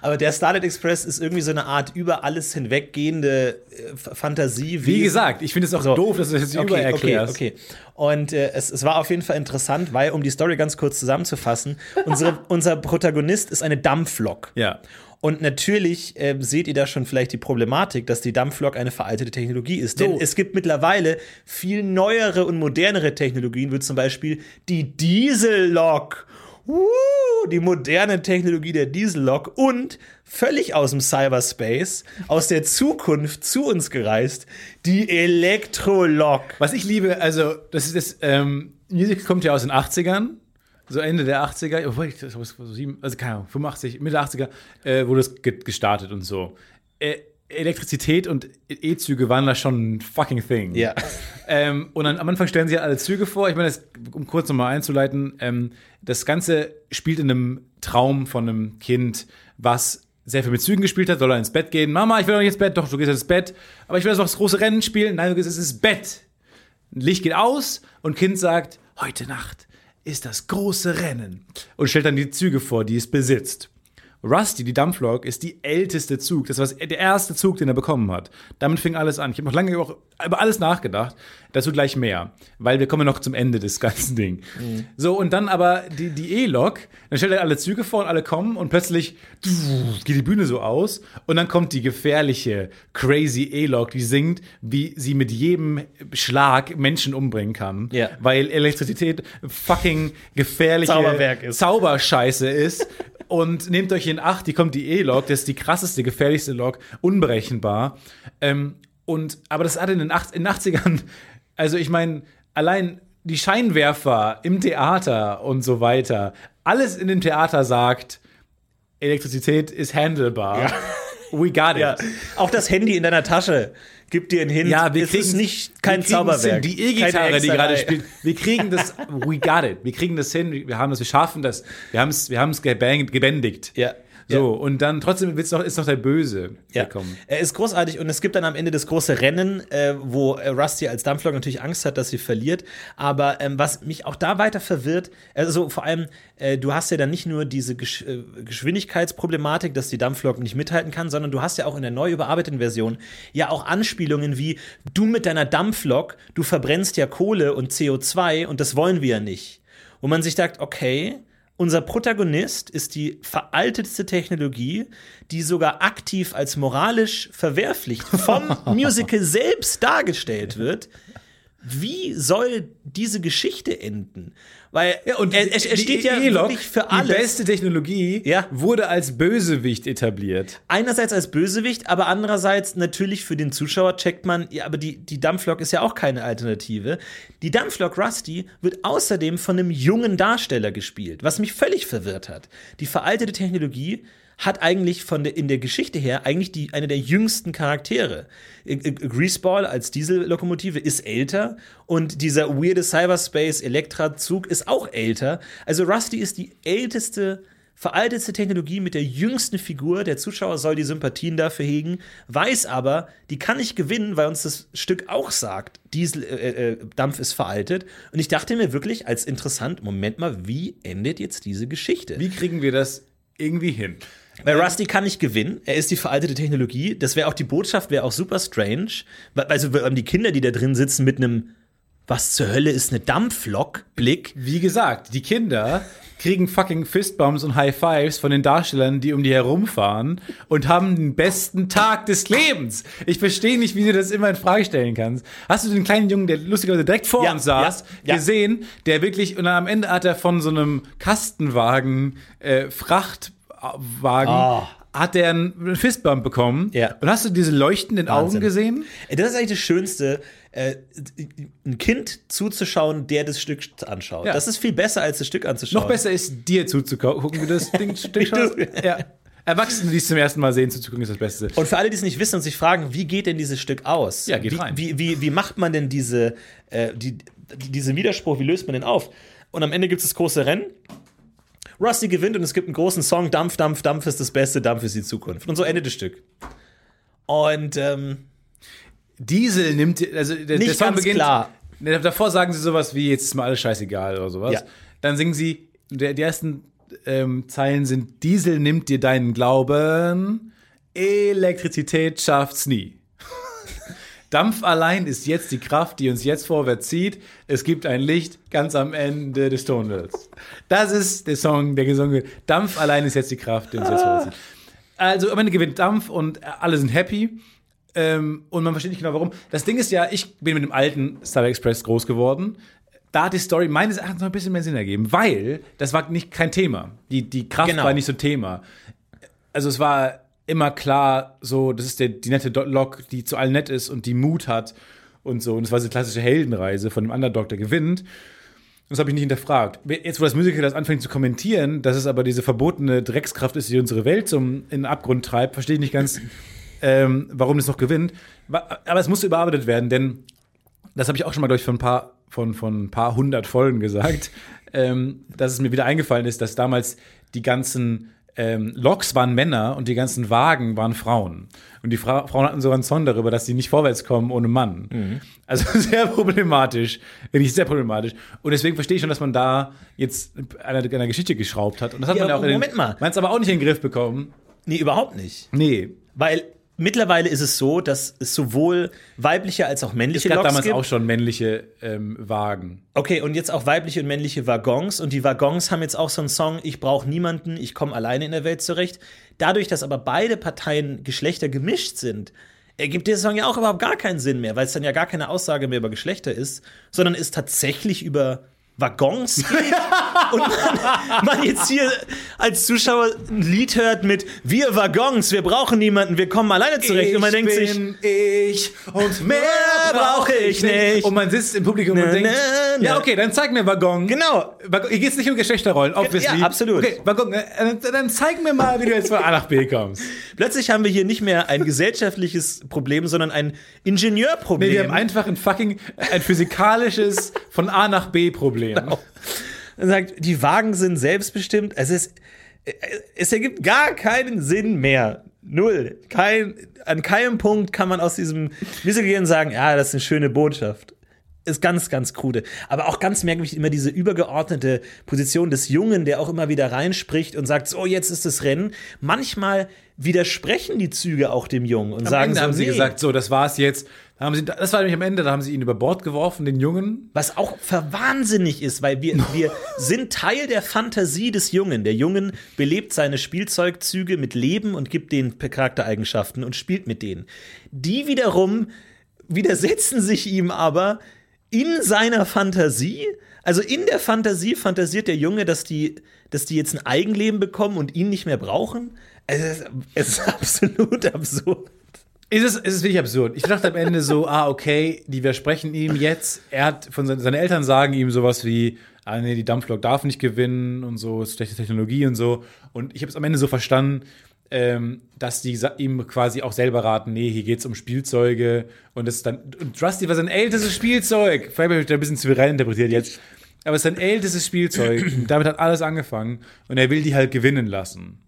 Aber der Starlight Express ist irgendwie so eine Art über alles hinweggehende äh, F- Fantasie. Wie gesagt, ich finde es auch So. doof, dass du das jetzt okay, okay, übererklärst. okay. Und äh, es, es war auf jeden Fall interessant, weil, um die Story ganz kurz zusammenzufassen, unsere, unser Protagonist ist eine Dampflok. Ja. Und natürlich ähm, seht ihr da schon vielleicht die Problematik, dass die Dampflok eine veraltete Technologie ist. Denn So. es gibt mittlerweile viel neuere und modernere Technologien, wie zum Beispiel die Diesellok. Uh, die moderne Technologie der Diesellok und völlig aus dem Cyberspace, aus der Zukunft zu uns gereist, die Elektrolok. Was ich liebe, also, das ist das, ähm, Musical kommt ja aus den 80ern, so Ende der 80er, obwohl ich das war so sieben, also keine Ahnung, 85, Mitte der 80er, äh, wurde es ge gestartet und so. Äh, Elektrizität und E-Züge waren da schon ein fucking thing. Ja. Ähm, und dann, am Anfang stellen sie ja alle Züge vor. Ich meine, das, um kurz nochmal einzuleiten, ähm, das Ganze spielt in einem Traum von einem Kind, was sehr viel mit Zügen gespielt hat, soll er ins Bett gehen. Mama, ich will doch nicht ins Bett. Doch, du gehst ins Bett. Aber ich will jetzt noch das große Rennen spielen. Nein, du gehst jetzt ins Bett. Licht geht aus und Kind sagt, heute Nacht ist das große Rennen. Und stellt dann die Züge vor, die es besitzt. Rusty, die Dampflok, ist die älteste Zug. Das war das- der erste Zug, den er bekommen hat. Damit fing alles an. Ich habe noch lange über, über alles nachgedacht. Dazu gleich mehr, weil wir kommen noch zum Ende des ganzen Ding. So, und dann aber die, die E-Lok, dann stellt er alle Züge vor und alle kommen und plötzlich geht die Bühne so aus und dann kommt die gefährliche, crazy E-Lok, die singt, wie sie mit jedem Schlag Menschen umbringen kann. Ja. Weil Elektrizität fucking gefährliche Zauberwerk ist. Zauberscheiße ist. Und nehmt euch in Acht, die kommt die E-Log, das ist die krasseste, gefährlichste Log, unberechenbar. Ähm, und, aber das hatte in den, Acht, in den 80ern, also ich meine, allein die Scheinwerfer im Theater und so weiter, alles in dem Theater sagt, Elektrizität ist handelbar. We got it. Ja. Auch das Handy in deiner Tasche gibt dir einen Hin. Ja, wir es kriegen ist nicht kein wir kriegen's hin. Zauberwerk. Die E-Gitarre, keine die gerade Hexerei. spielt. Wir kriegen das. We got it. Wir kriegen das hin. Wir haben das. Wir schaffen das. Wir haben es. Wir haben es gebändigt. Ja. So und dann trotzdem wird's noch, ist noch der Böse Ja, gekommen. er ist großartig und es gibt dann am Ende das große Rennen, äh, wo äh, Rusty als Dampflok natürlich Angst hat, dass sie verliert. Aber ähm, was mich auch da weiter verwirrt, also vor allem, äh, du hast ja dann nicht nur diese Gesch äh, Geschwindigkeitsproblematik, dass die Dampflok nicht mithalten kann, sondern du hast ja auch in der neu überarbeiteten Version ja auch Anspielungen wie du mit deiner Dampflok, du verbrennst ja Kohle und CO2 und das wollen wir ja nicht. Wo man sich sagt, okay, unser Protagonist ist die veraltetste Technologie, die sogar aktiv als moralisch verwerflich vom Musical selbst dargestellt wird. Wie soll diese Geschichte enden? Weil er, er, er Die steht ja E-Lok, wirklich für Die alles. beste Technologie Ja. wurde als Bösewicht etabliert. Einerseits als Bösewicht, aber andererseits natürlich für den Zuschauer checkt man, ja, aber die, die Dampflok ist ja auch keine Alternative. Die Dampflok Rusty wird außerdem von einem jungen Darsteller gespielt, was mich völlig verwirrt hat. Die veraltete Technologie hat eigentlich von der, in der Geschichte her eigentlich die, eine der jüngsten Charaktere. Äh, äh, Greaseball als Diesellokomotive ist älter und dieser weirde Cyberspace Elektra-Zug ist auch älter. Also Rusty ist die älteste Veraltete Technologie mit der jüngsten Figur, der Zuschauer soll die Sympathien dafür hegen, weiß aber, die kann nicht gewinnen, weil uns das Stück auch sagt, Diesel, äh, äh, Dampf ist veraltet. Und ich dachte mir wirklich als interessant, Moment mal, wie endet jetzt diese Geschichte? Wie kriegen wir das irgendwie hin? Weil Rusty kann nicht gewinnen, er ist die veraltete Technologie. Das wäre auch die Botschaft, wäre auch super strange. Weil- Also vor allem die Kinder, die da drin sitzen, mit einem Was zur Hölle ist eine Dampflok-Blick. Wie gesagt, die Kinder kriegen fucking Fistbumps und High Fives von den Darstellern, die um die herumfahren und haben den besten Tag des Lebens. Ich verstehe nicht, wie du das immer in Frage stellen kannst. Hast du den kleinen Jungen, der lustigerweise direkt vor Ja, uns saß, ja, ja. gesehen, der wirklich und dann am Ende hat er von so einem Kastenwagen äh, Frachtwagen Ah. hat er einen Fistbump bekommen. Ja. Und hast du diese leuchtenden Wahnsinn. Augen gesehen? Ey, Das ist eigentlich das Schönste, äh, ein Kind zuzuschauen, der das Stück anschaut. Ja. Das ist viel besser, als das Stück anzuschauen. Noch besser ist, dir zuzugucken, wie du das Ding, Ding schaust. Ja. Erwachsene, die es zum ersten Mal sehen, zuzugucken, ist das Beste. Und für alle, die es nicht wissen und sich fragen, wie geht denn dieses Stück aus? Ja, geht wie, rein. Wie, wie, wie macht man denn diese, äh, die, die, diesen Widerspruch, wie löst man den auf? Und am Ende gibt es das große Rennen. Rusty gewinnt und es gibt einen großen Song, Dampf, Dampf, Dampf ist das Beste, Dampf ist die Zukunft. Und so endet das Stück. Und ähm, Diesel nimmt, also der, Nicht der Song ganz beginnt. klar. Ne, Davor sagen sie sowas wie, jetzt ist mir alles scheißegal oder sowas. Ja. Dann singen sie, der, die ersten ähm, Zeilen sind, Diesel nimmt dir deinen Glauben, Elektrizität schafft's nie. Dampf allein ist jetzt die Kraft, die uns jetzt vorwärts zieht. Es gibt ein Licht ganz am Ende des Tunnels. Das ist der Song, der gesungen wird. Dampf allein ist jetzt die Kraft, die uns jetzt vorwärts zieht. Also am Ende gewinnt Dampf und alle sind happy. Ähm, und man versteht nicht genau warum. Das Ding ist ja, ich bin mit dem alten Star Trek Express groß geworden. Da hat die Story meines Erachtens noch ein bisschen mehr Sinn ergeben, weil das war nicht kein Thema. Die, die Kraft Genau. war nicht so Thema. Also es war immer klar, so, das ist der, die nette Do- Lok, die zu allen nett ist und die Mut hat und so. Und das war diese klassische Heldenreise von dem Underdog, der gewinnt. Das habe ich nicht hinterfragt. Jetzt, wo das Musical das anfängt zu kommentieren, dass es aber diese verbotene Dreckskraft ist, die unsere Welt zum, in den Abgrund treibt, verstehe ich nicht ganz, ähm, warum das noch gewinnt. Wa- Aber es muss überarbeitet werden, denn das habe ich auch schon mal, glaube ich, von ein paar, von, von ein paar hundert Folgen gesagt, ähm, dass es mir wieder eingefallen ist, dass damals die ganzen ähm, Loks waren Männer und die ganzen Wagen waren Frauen. Und die Fra Frauen hatten sogar einen Zorn darüber, dass sie nicht vorwärts kommen ohne Mann. Mhm. Also sehr problematisch. Wirklich sehr problematisch. Und deswegen verstehe ich schon, dass man da jetzt an einer, einer Geschichte geschraubt hat. Und das hat Ja, man ja auch in den, Moment mal. Man hat's aber auch nicht in den Griff bekommen. nee, überhaupt nicht. Nee. Weil mittlerweile ist es so, dass es sowohl weibliche als auch Es männliche gab Loks damals gibt. auch schon männliche ähm, Wagen. Okay, und jetzt auch weibliche und männliche Waggons. Und die Waggons haben jetzt auch so einen Song, ich brauche niemanden, ich komme alleine in der Welt zurecht. Dadurch, dass aber beide Parteien Geschlechter gemischt sind, ergibt der Song ja auch überhaupt gar keinen Sinn mehr, weil es dann ja gar keine Aussage mehr über Geschlechter ist, sondern ist tatsächlich über Waggons geht und man, man jetzt hier als Zuschauer ein Lied hört mit Wir Waggons, wir brauchen niemanden, wir kommen alleine zurecht. und man denkt sich, ich und mehr brauche ich nicht. Und man sitzt im Publikum Na, und denkt, na, na. ja okay, dann zeig mir Waggon. genau, Waggon- Hier geht's nicht um Geschlechterrollen, obviously. Ja, absolut. Okay, Waggon, äh, dann, dann zeig mir mal, wie du jetzt von A nach B kommst. plötzlich haben wir hier nicht mehr ein gesellschaftliches Problem, sondern ein Ingenieurproblem. Nee, wir haben einfach ein fucking, ein physikalisches von A nach B Problem. Genau. Er sagt, die Wagen sind selbstbestimmt. Es ist, es ergibt gar keinen Sinn mehr. Null. Kein, an keinem Punkt kann man aus diesem Musical gehen und sagen, ja, das ist eine schöne Botschaft. Ist ganz, ganz krude. Aber auch ganz merkwürdig immer diese übergeordnete Position des Jungen, der auch immer wieder reinspricht und sagt, so, jetzt ist das Rennen. Manchmal widersprechen die Züge auch dem Jungen und Am sagen Ende so, haben sie nee. gesagt, so, das war's jetzt. Da haben sie, das war nämlich am Ende, da haben sie ihn über Bord geworfen, den Jungen. Was auch verwahnsinnig ist, weil wir, wir sind Teil der Fantasie des Jungen. Der Jungen belebt seine Spielzeugzüge mit Leben und gibt denen Charaktereigenschaften und spielt mit denen. Die wiederum widersetzen sich ihm aber in seiner Fantasie. Also in der Fantasie fantasiert der Junge, dass die, dass die jetzt ein Eigenleben bekommen und ihn nicht mehr brauchen. Also es, ist- es ist absolut absurd. Ist es, ist es wirklich absurd. Ich dachte am Ende so, ah, okay, die widersprechen ihm jetzt. Er hat von seinen, seine Eltern sagen ihm sowas wie, ah, nee, die Dampflok darf nicht gewinnen und so, ist schlechte Technologie und so. Und ich habe es am Ende so verstanden, ähm, dass die sa- ihm quasi auch selber raten, nee, hier geht's um Spielzeuge und das ist dann. Und Rusty war sein ältestes Spielzeug. Vielleicht habe ich da ein bisschen zu viel reininterpretiert jetzt. Aber es ist sein ältestes Spielzeug. Und damit hat alles angefangen. Und er will die halt gewinnen lassen.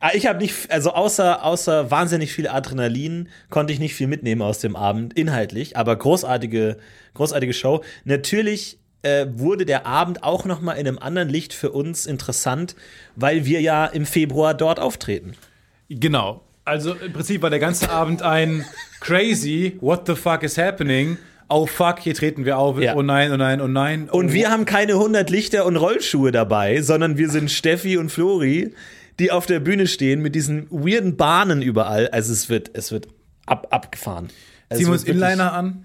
Ah, Ich habe nicht, also außer, außer wahnsinnig viel Adrenalin konnte ich nicht viel mitnehmen aus dem Abend, inhaltlich, aber großartige, großartige Show. Natürlich äh, wurde der Abend auch noch mal in einem anderen Licht für uns interessant, weil wir ja im Februar dort auftreten. Genau. Also im Prinzip war der ganze Abend ein crazy, what the fuck is happening? Oh fuck, hier treten wir auf. Ja. Oh nein, oh nein, oh nein. Und oh. wir haben keine 100 Lichter und Rollschuhe dabei, sondern wir sind Steffi und Flori, die auf der Bühne stehen mit diesen weirden Bahnen überall. Also es wird, es wird ab, abgefahren. Es ziehen wir uns wird also wirklich- Inliner an.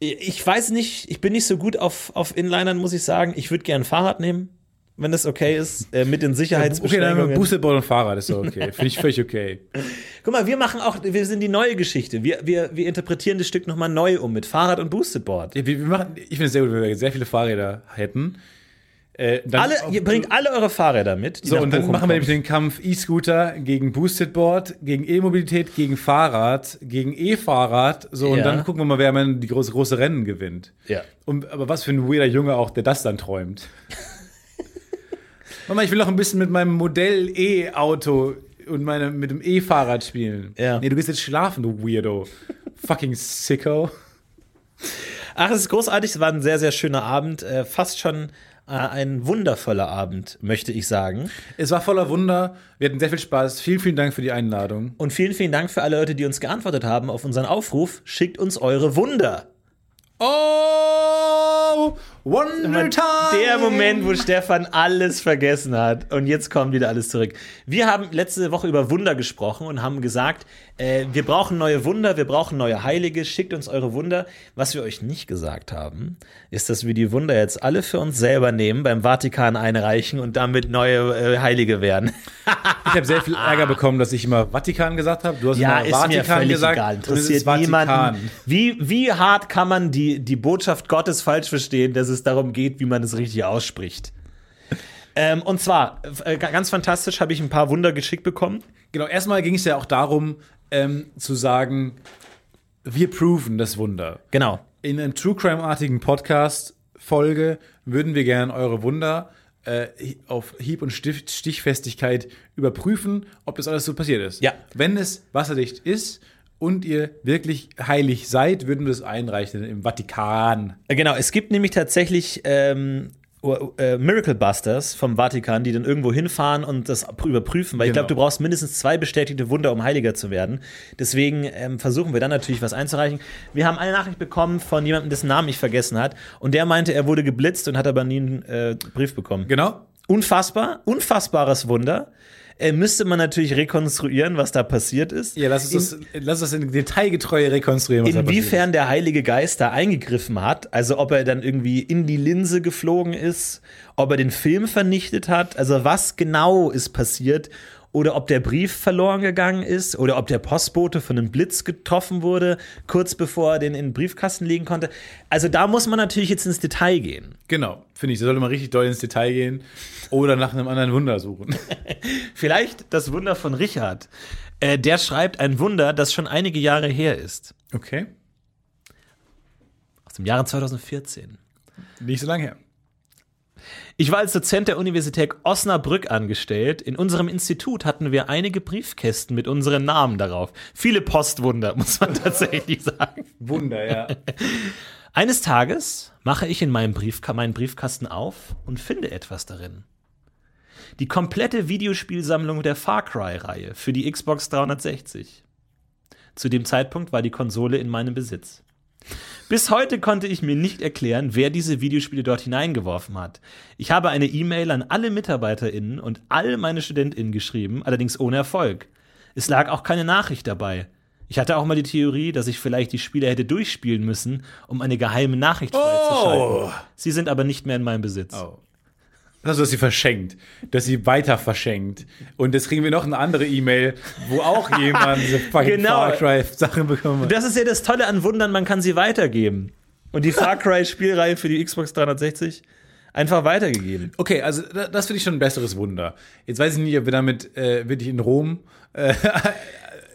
Ich weiß nicht, ich bin nicht so gut auf, auf Inlinern, muss ich sagen. Ich würde gern ein Fahrrad nehmen, wenn das okay ist, äh, mit den Okay, dann haben Sicherheitsbeschränkungen. wir Boosted-Ball und Fahrrad, ist doch okay. Finde ich völlig okay. Guck mal, wir machen auch, wir sind die neue Geschichte. Wir, wir, wir interpretieren das Stück nochmal neu um mit Fahrrad und Boosted Board. Ja, wir, wir machen, ich finde es sehr gut, wenn wir sehr viele Fahrräder hätten. Äh, dann Alle, auf- ihr bringt alle eure Fahrräder mit. Die so, nach und dann Bochum machen wir nämlich kommen. den Kampf E-Scooter gegen Boosted Board, gegen E-Mobilität, gegen Fahrrad, gegen E-Fahrrad. So, und Ja. dann gucken wir mal, wer am Ende die große, große Rennen gewinnt. Ja. Und, aber was für ein weirder Junge auch, der das dann träumt. Mama, ich will noch ein bisschen mit meinem Modell E-Auto und meine, mit dem E-Fahrrad spielen. Ja. Nee, du gehst jetzt schlafen, du Weirdo. Fucking Sicko. Ach, es ist großartig, es war ein sehr, sehr schöner Abend. Äh, fast schon äh, ein wundervoller Abend, möchte ich sagen. Es war voller Wunder. Wir hatten sehr viel Spaß. Vielen, vielen Dank für die Einladung. Und vielen, vielen Dank für alle Leute, die uns geantwortet haben auf unseren Aufruf. Schickt uns eure Wunder. Oh, Wonder Time! Der Moment, wo Stefan alles vergessen hat und jetzt kommt wieder alles zurück. Wir haben letzte Woche über Wunder gesprochen und haben gesagt, äh, wir brauchen neue Wunder, wir brauchen neue Heilige, schickt uns eure Wunder. Was wir euch nicht gesagt haben, ist, dass wir die Wunder jetzt alle für uns selber nehmen, beim Vatikan einreichen und damit neue äh, Heilige werden. Ich habe sehr viel Ärger bekommen, dass ich immer Vatikan gesagt habe. Du hast Ja, immer ist Vatikan mir völlig gesagt. egal. und es ist Interessiert Vatikan. niemanden. Wie, wie hart kann man die, die Botschaft Gottes falsch verstehen, dass es darum geht, wie man es richtig ausspricht? Ähm, und zwar, äh, g- ganz fantastisch, habe ich ein paar Wunder geschickt bekommen. Genau, erstmal ging es ja auch darum, ähm, zu sagen, wir proven das Wunder. Genau. In einem True Crime-artigen Podcast-Folge würden wir gerne eure Wunder äh, auf Hieb- und Stift Stichfestigkeit überprüfen, ob das alles so passiert ist. Ja. Wenn es wasserdicht ist und ihr wirklich heilig seid, würden wir es einreichen im Vatikan. Äh, Genau, es gibt nämlich tatsächlich ähm, Ur- äh, Miracle Busters vom Vatikan, die dann irgendwo hinfahren und das ab- überprüfen, weil ich Genau. glaube, du brauchst mindestens zwei bestätigte Wunder, um Heiliger zu werden. Deswegen ähm, versuchen wir dann natürlich was einzureichen. Wir haben eine Nachricht bekommen von jemandem, dessen Namen ich vergessen hat und der meinte, er wurde geblitzt und hat aber nie einen äh, Brief bekommen. Genau. Unfassbar, unfassbares Wunder. äh, müsste man natürlich rekonstruieren, was da passiert ist. Ja, lass uns das, lass uns das in Detailgetreue rekonstruieren. was da passiert ist. Inwiefern der Heilige Geist da eingegriffen hat, also ob er dann irgendwie in die Linse geflogen ist, ob er den Film vernichtet hat, also was genau ist passiert oder ob der Brief verloren gegangen ist oder ob der Postbote von einem Blitz getroffen wurde, kurz bevor er den in den Briefkasten legen konnte. Also da muss man natürlich jetzt ins Detail gehen. Genau, finde ich. Da sollte man richtig doll ins Detail gehen oder nach einem anderen Wunder suchen. Vielleicht das Wunder von Richard. Äh, der schreibt ein Wunder, das schon einige Jahre her ist. Okay. Aus dem Jahre 2014. Nicht so lange her. Ich war als Dozent der Universität Osnabrück angestellt. In unserem Institut hatten wir einige Briefkästen mit unseren Namen darauf. Viele Postwunder, muss man tatsächlich sagen. Wunder, ja. Eines Tages mache ich in meinem Briefka meinen Briefkasten auf und finde etwas darin. Die komplette Videospielsammlung der Far Cry-Reihe für die Xbox 360. Zu dem Zeitpunkt war die Konsole in meinem Besitz. Bis heute konnte ich mir nicht erklären, wer diese Videospiele dort hineingeworfen hat. Ich habe eine E-Mail an alle MitarbeiterInnen und all meine StudentInnen geschrieben, allerdings ohne Erfolg. Es lag auch keine Nachricht dabei. Ich hatte auch mal die Theorie, dass ich vielleicht die Spiele hätte durchspielen müssen, um eine geheime Nachricht freizuschalten. Sie sind aber nicht mehr in meinem Besitz. Oh. Also, dass sie verschenkt, dass sie weiter verschenkt. Und jetzt kriegen wir noch eine andere E-Mail, wo auch jemand diese fucking Genau. Far Cry Sachen bekommen hat. Das ist ja das Tolle an Wundern, man kann sie weitergeben. Und die Far Cry-Spielreihe für die Xbox 360 einfach weitergegeben. Okay, also da- das finde ich schon ein besseres Wunder. Jetzt weiß ich nicht, ob wir damit äh, wirklich in Rom äh,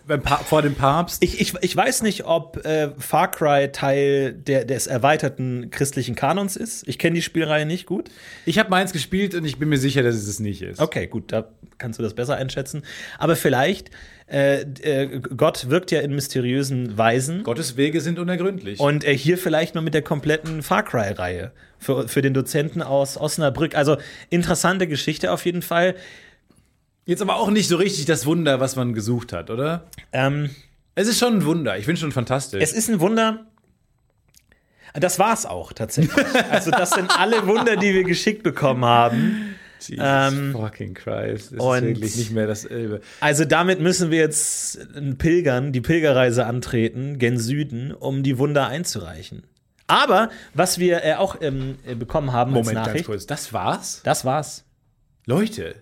beim pa vor dem Papst. Ich, ich, ich weiß nicht, ob äh, Far Cry Teil der, des erweiterten christlichen Kanons ist. Ich kenne die Spielreihe nicht gut. Ich habe meins gespielt und ich bin mir sicher, dass es es nicht ist. Okay, gut, da kannst du das besser einschätzen. Aber vielleicht, äh, äh, Gott wirkt ja in mysteriösen Weisen. Gottes Wege sind unergründlich. Und äh, hier vielleicht mal mit der kompletten Far Cry-Reihe für, für den Dozenten aus Osnabrück. Also interessante Geschichte auf jeden Fall. Jetzt aber auch nicht so richtig das Wunder, was man gesucht hat, oder? Ähm, Es ist schon ein Wunder. Ich finde schon fantastisch. Es ist ein Wunder. Das war's auch tatsächlich. Also, das sind alle Wunder, die wir geschickt bekommen haben. Jesus ähm, fucking Christ. Es ist und- wirklich nicht mehr dasselbe. Also, damit müssen wir jetzt pilgern, die Pilgerreise antreten, gen Süden, um die Wunder einzureichen. Aber was wir äh, auch ähm, äh, bekommen haben Moment, als ganz Nachricht, kurz. Das war's? das war's. Leute,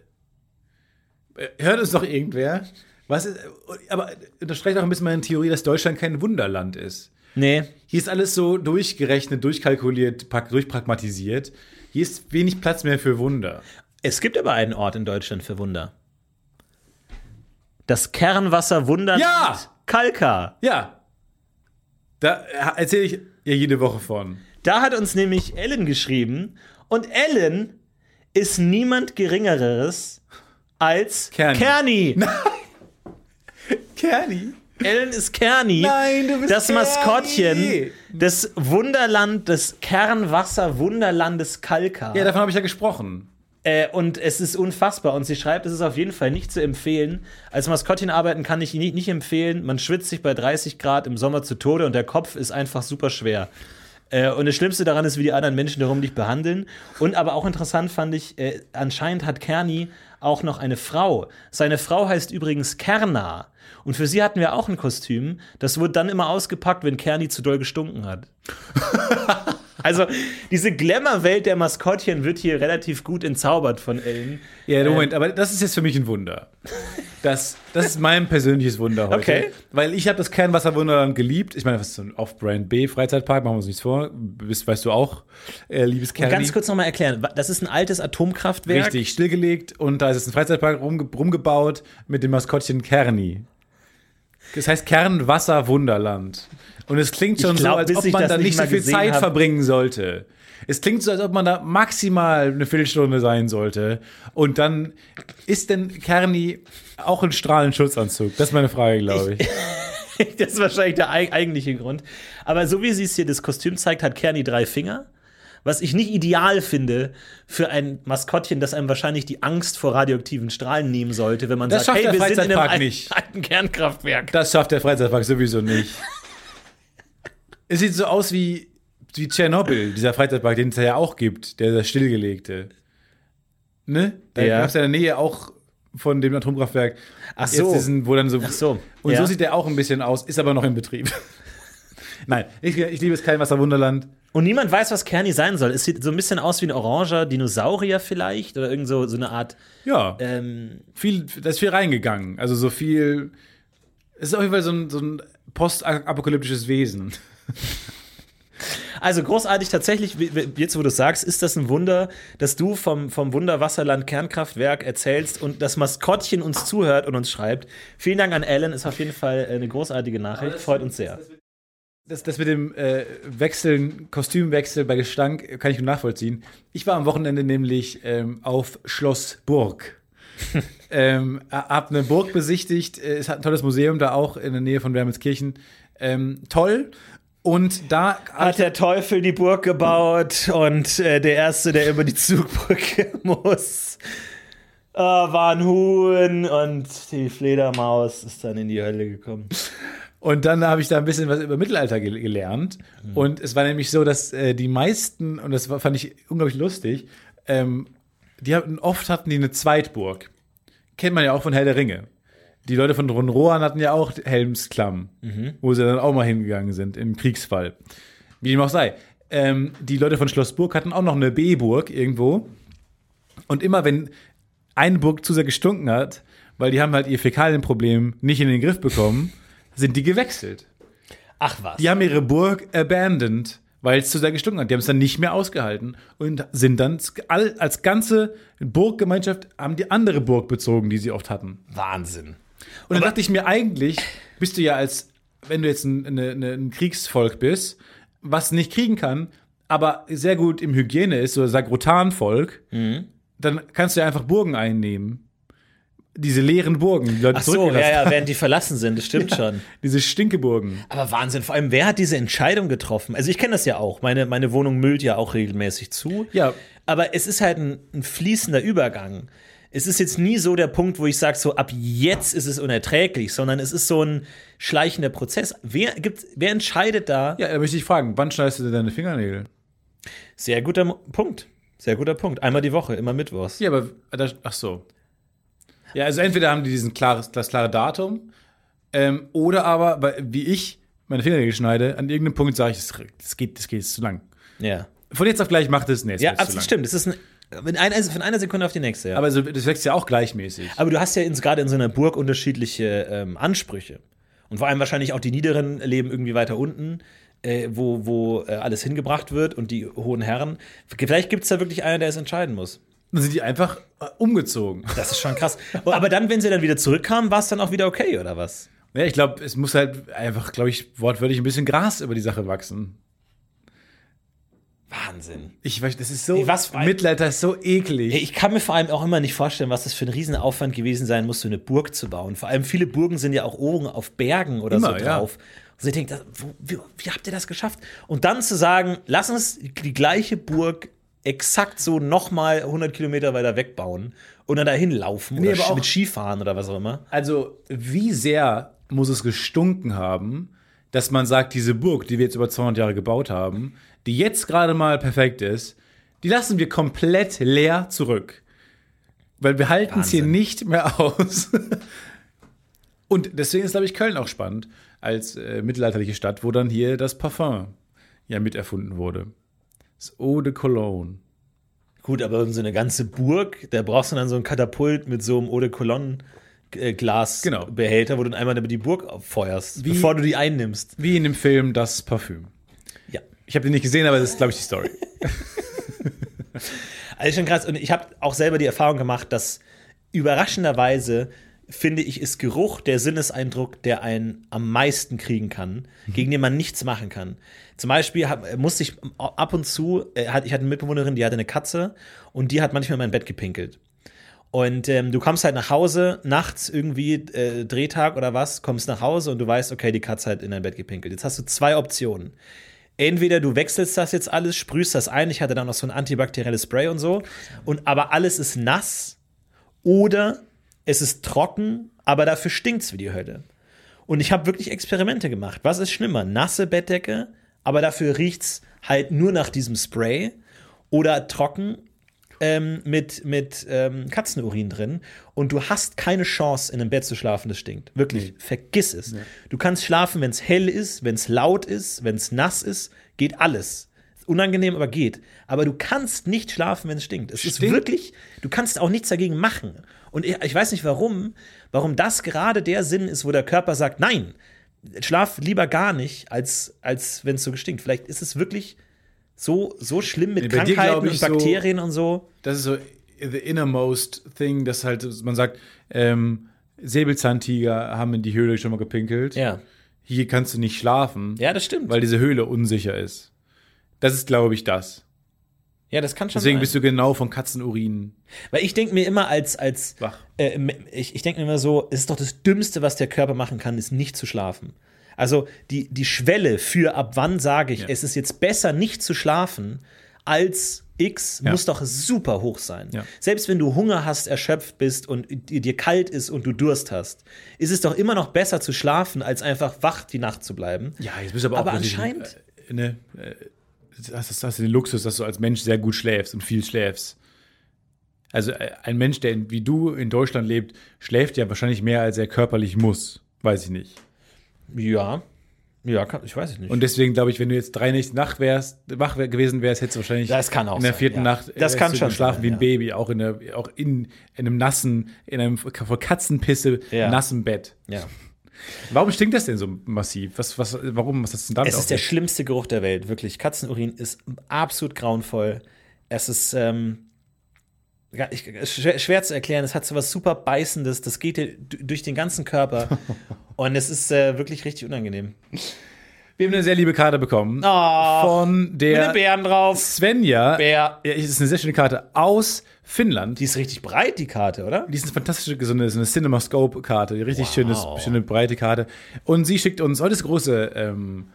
äh, hört uns doch irgendwer. Was ist, aber unterstreicht auch ein bisschen meine Theorie, dass Deutschland kein Wunderland ist. Nee, Hier ist alles so durchgerechnet, durchkalkuliert, pak- durchpragmatisiert. Hier ist wenig Platz mehr für Wunder. es gibt aber einen Ort in Deutschland für Wunder. Das Kernwasser Wunder Ja! Kalka. Ja, da erzähle ich ja jede Woche von. Da hat uns nämlich Ellen geschrieben und Ellen ist niemand geringeres als Kerni. Kerni. Kerni? Ellen ist Kerni. Nein, du bist Das Kerni. Maskottchen des Wunderland des Kernwasser Wunderlandes Kalka. Ja, davon habe ich ja gesprochen. äh, und es ist unfassbar und sie schreibt, es ist auf jeden Fall nicht zu empfehlen. Als Maskottchen arbeiten kann ich nicht, nicht empfehlen. Man schwitzt sich bei 30 Grad im Sommer zu Tode und der Kopf ist einfach super schwer. Äh, Und das Schlimmste daran ist, wie die anderen Menschen darum dich behandeln. Und aber auch interessant fand ich, äh, anscheinend hat Kerni auch noch eine Frau. Seine Frau heißt übrigens Kerna. Und für sie hatten wir auch ein Kostüm. Das wurde dann immer ausgepackt, wenn Kerni zu doll gestunken hat. also diese Glamour-Welt der Maskottchen wird hier relativ gut entzaubert von Ellen. Ja, Ähm, Moment, aber das ist jetzt für mich ein Wunder. Das, das ist mein persönliches Wunder heute. Okay. Weil ich habe das Kernwasserwunderland geliebt. Ich meine, das ist so ein Off-Brand B Freizeitpark, machen wir uns nichts vor. Bist, weißt du auch, äh, liebes Kerni. Ganz kurz nochmal erklären, das ist ein altes Atomkraftwerk. Richtig, stillgelegt und da ist jetzt ein Freizeitpark rumge rumgebaut mit dem Maskottchen Kerni. Das heißt Kernwasserwunderland. Und es klingt schon glaub, so, als bis ob ich man das da nicht nicht so mal viel gesehen Zeit hab. verbringen sollte. Es klingt so, als ob man da maximal eine Viertelstunde sein sollte. Und dann ist denn Kerni auch ein Strahlenschutzanzug? Das ist meine Frage, glaube ich. Das ist wahrscheinlich der eig- eigentliche Grund. Aber so wie sie es hier das Kostüm zeigt, hat Kerni drei Finger. Was ich nicht ideal finde für ein Maskottchen, das einem wahrscheinlich die Angst vor radioaktiven Strahlen nehmen sollte, wenn man Das sagt, schafft hey, der wir sind in einem Freizeitpark al- nicht. alten Kernkraftwerk. Das schafft der Freizeitpark sowieso nicht. es sieht so aus wie, wie Tschernobyl, dieser Freizeitpark, den es da ja auch gibt, der, der stillgelegte. Ne? Da Ja. gab es ja in der Nähe auch von dem Atomkraftwerk. Ach so. Jetzt diesen, wo dann so, Ach so. Und Ja. so sieht der auch ein bisschen aus, ist aber noch in Betrieb. Nein, ich, ich liebe es kein Wasserwunderland. Und niemand weiß, was Kerni sein soll. Es sieht so ein bisschen aus wie ein oranger Dinosaurier vielleicht oder irgend so, so eine Art. Ja, Ähm, viel, da ist viel reingegangen. Also so viel. Es ist auf jeden Fall so ein, so ein postapokalyptisches Wesen. also großartig tatsächlich, wie- wie- jetzt wo du es sagst, ist das ein Wunder, dass du vom, vom Wunderwasserland Kernkraftwerk erzählst und das Maskottchen uns zuhört und uns schreibt. Vielen Dank an Alan, ist auf jeden Fall äh, eine großartige Nachricht, freut uns sehr. Das, das mit dem äh, Wechseln, Kostümwechsel bei Gestank kann ich nur nachvollziehen. Ich war am Wochenende nämlich ähm, auf Schloss Burg. ähm, hab eine Burg besichtigt. Äh, Es hat ein tolles Museum da auch in der Nähe von Wermelskirchen. Ähm, toll. Und da Hat der Teufel die Burg gebaut und äh, der Erste, der über die Zugbrücke muss, äh, war ein Huhn und die Fledermaus ist dann in die Hölle gekommen. Und dann habe ich da ein bisschen was über Mittelalter gel gelernt. Und es war nämlich so, dass äh, die meisten, und das war, fand ich unglaublich lustig, ähm, die hatten, oft hatten die eine Zweitburg. Kennt man ja auch von Herr der Ringe. Die Leute von Ronrohan hatten ja auch Helmsklamm, wo sie dann auch mal hingegangen sind im Kriegsfall. Wie dem auch sei. Ähm, die Leute von Schloss Burg hatten auch noch eine B-Burg irgendwo. Und immer wenn eine Burg zu sehr gestunken hat, weil die haben halt ihr Fäkalienproblem nicht in den Griff bekommen, sind die gewechselt. Ach was. Die haben ihre Burg abandoned, weil es zu sehr gestunken hat. Die haben es dann nicht mehr ausgehalten und sind dann sk- all- als ganze Burggemeinschaft haben die andere Burg bezogen, die sie oft hatten. Wahnsinn. Und dann dachte ich mir, eigentlich bist du ja als, wenn du jetzt ein, eine, eine, ein Kriegsvolk bist, was nicht kriegen kann, aber sehr gut im Hygiene ist, so Sagrotanvolk, dann kannst du ja einfach Burgen einnehmen. Diese leeren Burgen, die Leute Ach so, zurückgelassen ja, haben. ja, während die verlassen sind, das stimmt schon. Diese Stinkeburgen. Aber Wahnsinn, vor allem, wer hat diese Entscheidung getroffen? Also ich kenne das ja auch. Meine, meine Wohnung müllt ja auch regelmäßig zu. Ja. Aber es ist halt ein, ein fließender Übergang. Es ist jetzt nie so der Punkt, wo ich sage, so ab jetzt ist es unerträglich, sondern es ist so ein schleichender Prozess. Wer, gibt, wer entscheidet da? Ja, da möchte ich fragen, wann schneidest du denn deine Fingernägel? Sehr guter Mo- Punkt. Sehr guter Punkt. Einmal die Woche, immer Mittwochs. Ja, aber das, ach so. Ja, also entweder haben die diesen klares, das klare Datum, ähm, oder aber, weil- wie ich meine Fingernägel schneide, an irgendeinem Punkt sage ich, das, das geht, das geht jetzt zu lang. Ja, Von jetzt auf gleich macht es nächstes ja Mal zu lang. absolut stimmt. Es ist ein, in einer- von einer Sekunde auf die nächste. Ja. Aber so, das wächst ja auch gleichmäßig. Aber du hast ja ins- gerade in so einer Burg unterschiedliche ähm, Ansprüche. Und vor allem wahrscheinlich auch die Niederen leben irgendwie weiter unten, äh, wo, wo äh, alles hingebracht wird und die hohen Herren. Vielleicht gibt es da wirklich einen, der es entscheiden muss. Dann sind die einfach äh, umgezogen. Das ist schon krass. Aber dann, wenn sie dann wieder zurückkamen, war es dann auch wieder okay, oder was? Ja, ich glaube, es muss halt einfach, glaube ich, wortwörtlich ein bisschen Gras über die Sache wachsen. Wahnsinn. Ich weiß, das ist so. Ey, was- Mittelalter ist so eklig. Ey, Ich kann mir vor allem auch immer nicht vorstellen, was das für ein Riesenaufwand gewesen sein muss, so eine Burg zu bauen. Vor allem viele Burgen sind ja auch oben auf Bergen oder Immer, so ja. drauf. Und ich denke, das- wo- wie, wie habt ihr das geschafft? Und dann zu sagen, lass uns die gleiche Burg exakt so nochmal 100 Kilometer weiter wegbauen und dann dahin laufen Nee, oder aber sch- auch- mit Skifahren oder was auch immer. Also, wie sehr muss es gestunken haben, dass man sagt, diese Burg, die wir jetzt über 200 Jahre gebaut haben, die jetzt gerade mal perfekt ist, die lassen wir komplett leer zurück. Weil wir halten es hier Wahnsinn. nicht mehr aus. Und deswegen ist, glaube ich, Köln auch spannend als äh, mittelalterliche Stadt, wo dann hier das Parfum ja miterfunden wurde. Das Eau de Cologne. Gut, aber so eine ganze Burg, da brauchst du dann so ein Katapult mit so einem Eau de Cologne. äh, Genau. Glasbehälter, wo du dann einmal die Burg feuerst, Wie- bevor du die einnimmst. Wie in dem Film Das Parfüm. Ja. Ich habe den nicht gesehen, aber das ist, glaube ich, die Story. Also schon krass. Und ich habe auch selber die Erfahrung gemacht, dass überraschenderweise, finde ich, ist Geruch der Sinneseindruck, der einen am meisten kriegen kann, gegen den man nichts machen kann. Zum Beispiel hab, musste ich ab und zu, äh, hat- ich hatte eine Mitbewohnerin, die hatte eine Katze und die hat manchmal in mein Bett gepinkelt. Und ähm, du kommst halt nach Hause, nachts irgendwie, äh, Drehtag oder was, kommst nach Hause und du weißt, okay, die Katze hat in dein Bett gepinkelt. Jetzt hast du zwei Optionen. Entweder du wechselst das jetzt alles, sprühst das ein. Ich hatte da noch so ein antibakterielles Spray und so. Und aber alles ist nass oder es ist trocken, aber dafür stinkt's wie die Hölle. Und ich habe wirklich Experimente gemacht. Was ist schlimmer? Nasse Bettdecke, aber dafür riecht's halt nur nach diesem Spray oder trocken ähm, mit, mit ähm, Katzenurin drin und du hast keine Chance, in einem Bett zu schlafen, das stinkt. Wirklich, vergiss es. Du kannst schlafen, wenn es hell ist, wenn es laut ist, wenn es nass ist, geht alles. Ist Unangenehm, aber geht. Aber du kannst nicht schlafen, wenn es stinkt. Es ist Stinkt? wirklich, du kannst auch nichts dagegen machen. Und ich, ich weiß nicht warum, warum das gerade der Sinn ist, wo der Körper sagt, nein, schlaf lieber gar nicht, als, als wenn es so gestinkt. Vielleicht ist es wirklich so, so schlimm mit Nee, bei dir glaub Krankheiten ich und so- Bakterien und so. Das ist so the innermost thing, dass halt man sagt, ähm, Säbelzahntiger haben in die Höhle schon mal gepinkelt. Ja. Hier kannst du nicht schlafen, Ja, das stimmt. weil diese Höhle unsicher ist. Das ist, glaube ich, das. ja, das kann schon Deswegen sein. bist du genau von Katzenurin. Weil ich denke mir immer als, als Wach. äh, ich, ich denke mir immer so, es ist doch das Dümmste, was der Körper machen kann, ist nicht zu schlafen. Also die, die Schwelle für ab wann sage ich, Ja. es ist jetzt besser, nicht zu schlafen, als X Ja. muss doch super hoch sein. Ja. Selbst wenn du Hunger hast, erschöpft bist und dir dir kalt ist und du Durst hast, ist es doch immer noch besser zu schlafen, als einfach wach die Nacht zu bleiben. Ja, jetzt bist du aber, Aber auch wirklich, anscheinend- Äh, ne, äh, das, das, das ist den Luxus, dass du als Mensch sehr gut schläfst und viel schläfst. Also äh, ein Mensch, der in- wie du in Deutschland lebt, schläft ja wahrscheinlich mehr, als er körperlich muss. Weiß ich nicht. Ja. Ja, kann, ich weiß es nicht. Und deswegen glaube ich, wenn du jetzt drei Nächte Nacht wärst, wach wär- gewesen wärst, hättest du wahrscheinlich Das kann auch in der sein, vierten ja. Nacht äh, Das kann hättest du schon geschlafen sein, wie ein ja. Baby, auch in der, auch in, in einem nassen, in einem vor Katzenpisse Ja. nassen Bett. ja. Warum stinkt das denn so massiv? Was, was, warum? Was hat das denn damit Es auf ist der sich? schlimmste Geruch der Welt, wirklich. Katzenurin ist absolut grauenvoll. Es ist ähm, ja, ich, schwer, schwer zu erklären. Es hat so was super Beißendes. Das geht dir d- durch den ganzen Körper. Und es ist äh, wirklich richtig unangenehm. Wir haben eine sehr liebe Karte bekommen Ah, von mit einem der Bären drauf. Svenja. Bär. Ja, es ist eine sehr schöne Karte aus Finnland. Die ist richtig breit, die Karte, oder? Die ist eine fantastische, so eine, so eine CinemaScope-Karte, die richtig schönes, schöne breite Karte. Und sie schickt uns heute ist große, ähm,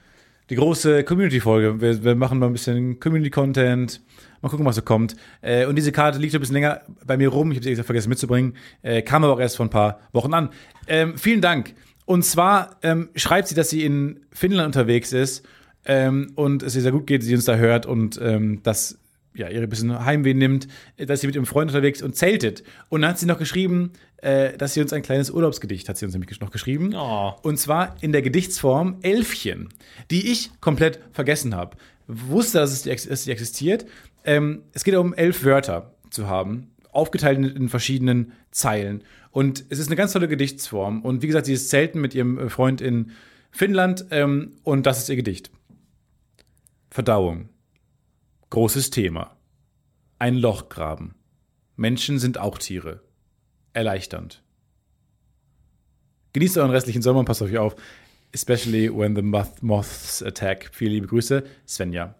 die große Community-Folge. Wir, wir machen mal ein bisschen Community-Content. Mal gucken, was so kommt. Äh, und diese Karte liegt schon ein bisschen länger bei mir rum. Ich habe sie gesagt, vergessen mitzubringen. Äh, kam aber auch erst vor ein paar Wochen an. Ähm, vielen Dank. Und zwar ähm, schreibt sie, dass sie in Finnland unterwegs ist ähm, und es ihr sehr gut geht, sie uns da hört und ähm, dass ja, ihre bisschen Heimweh nimmt, dass sie mit ihrem Freund unterwegs und zeltet. Und dann hat sie noch geschrieben, äh, dass sie uns ein kleines Urlaubsgedicht hat sie uns nämlich noch geschrieben. Oh. Und zwar in der Gedichtsform Elfchen, die ich komplett vergessen habe. Wusste, dass es die, ex- dass die existiert. Ähm, es geht um elf Wörter zu haben, aufgeteilt in, in verschiedenen Zeilen. Und es ist eine ganz tolle Gedichtsform. Und wie gesagt, sie ist zelten mit ihrem äh, Freund in Finnland ähm, und das ist ihr Gedicht. Verdauung. Großes Thema. Ein Loch graben. Menschen sind auch Tiere. Erleichternd. Genießt euren restlichen Sommer und passt auf euch auf. Especially when the moth moths attack. Viele liebe Grüße, Svenja.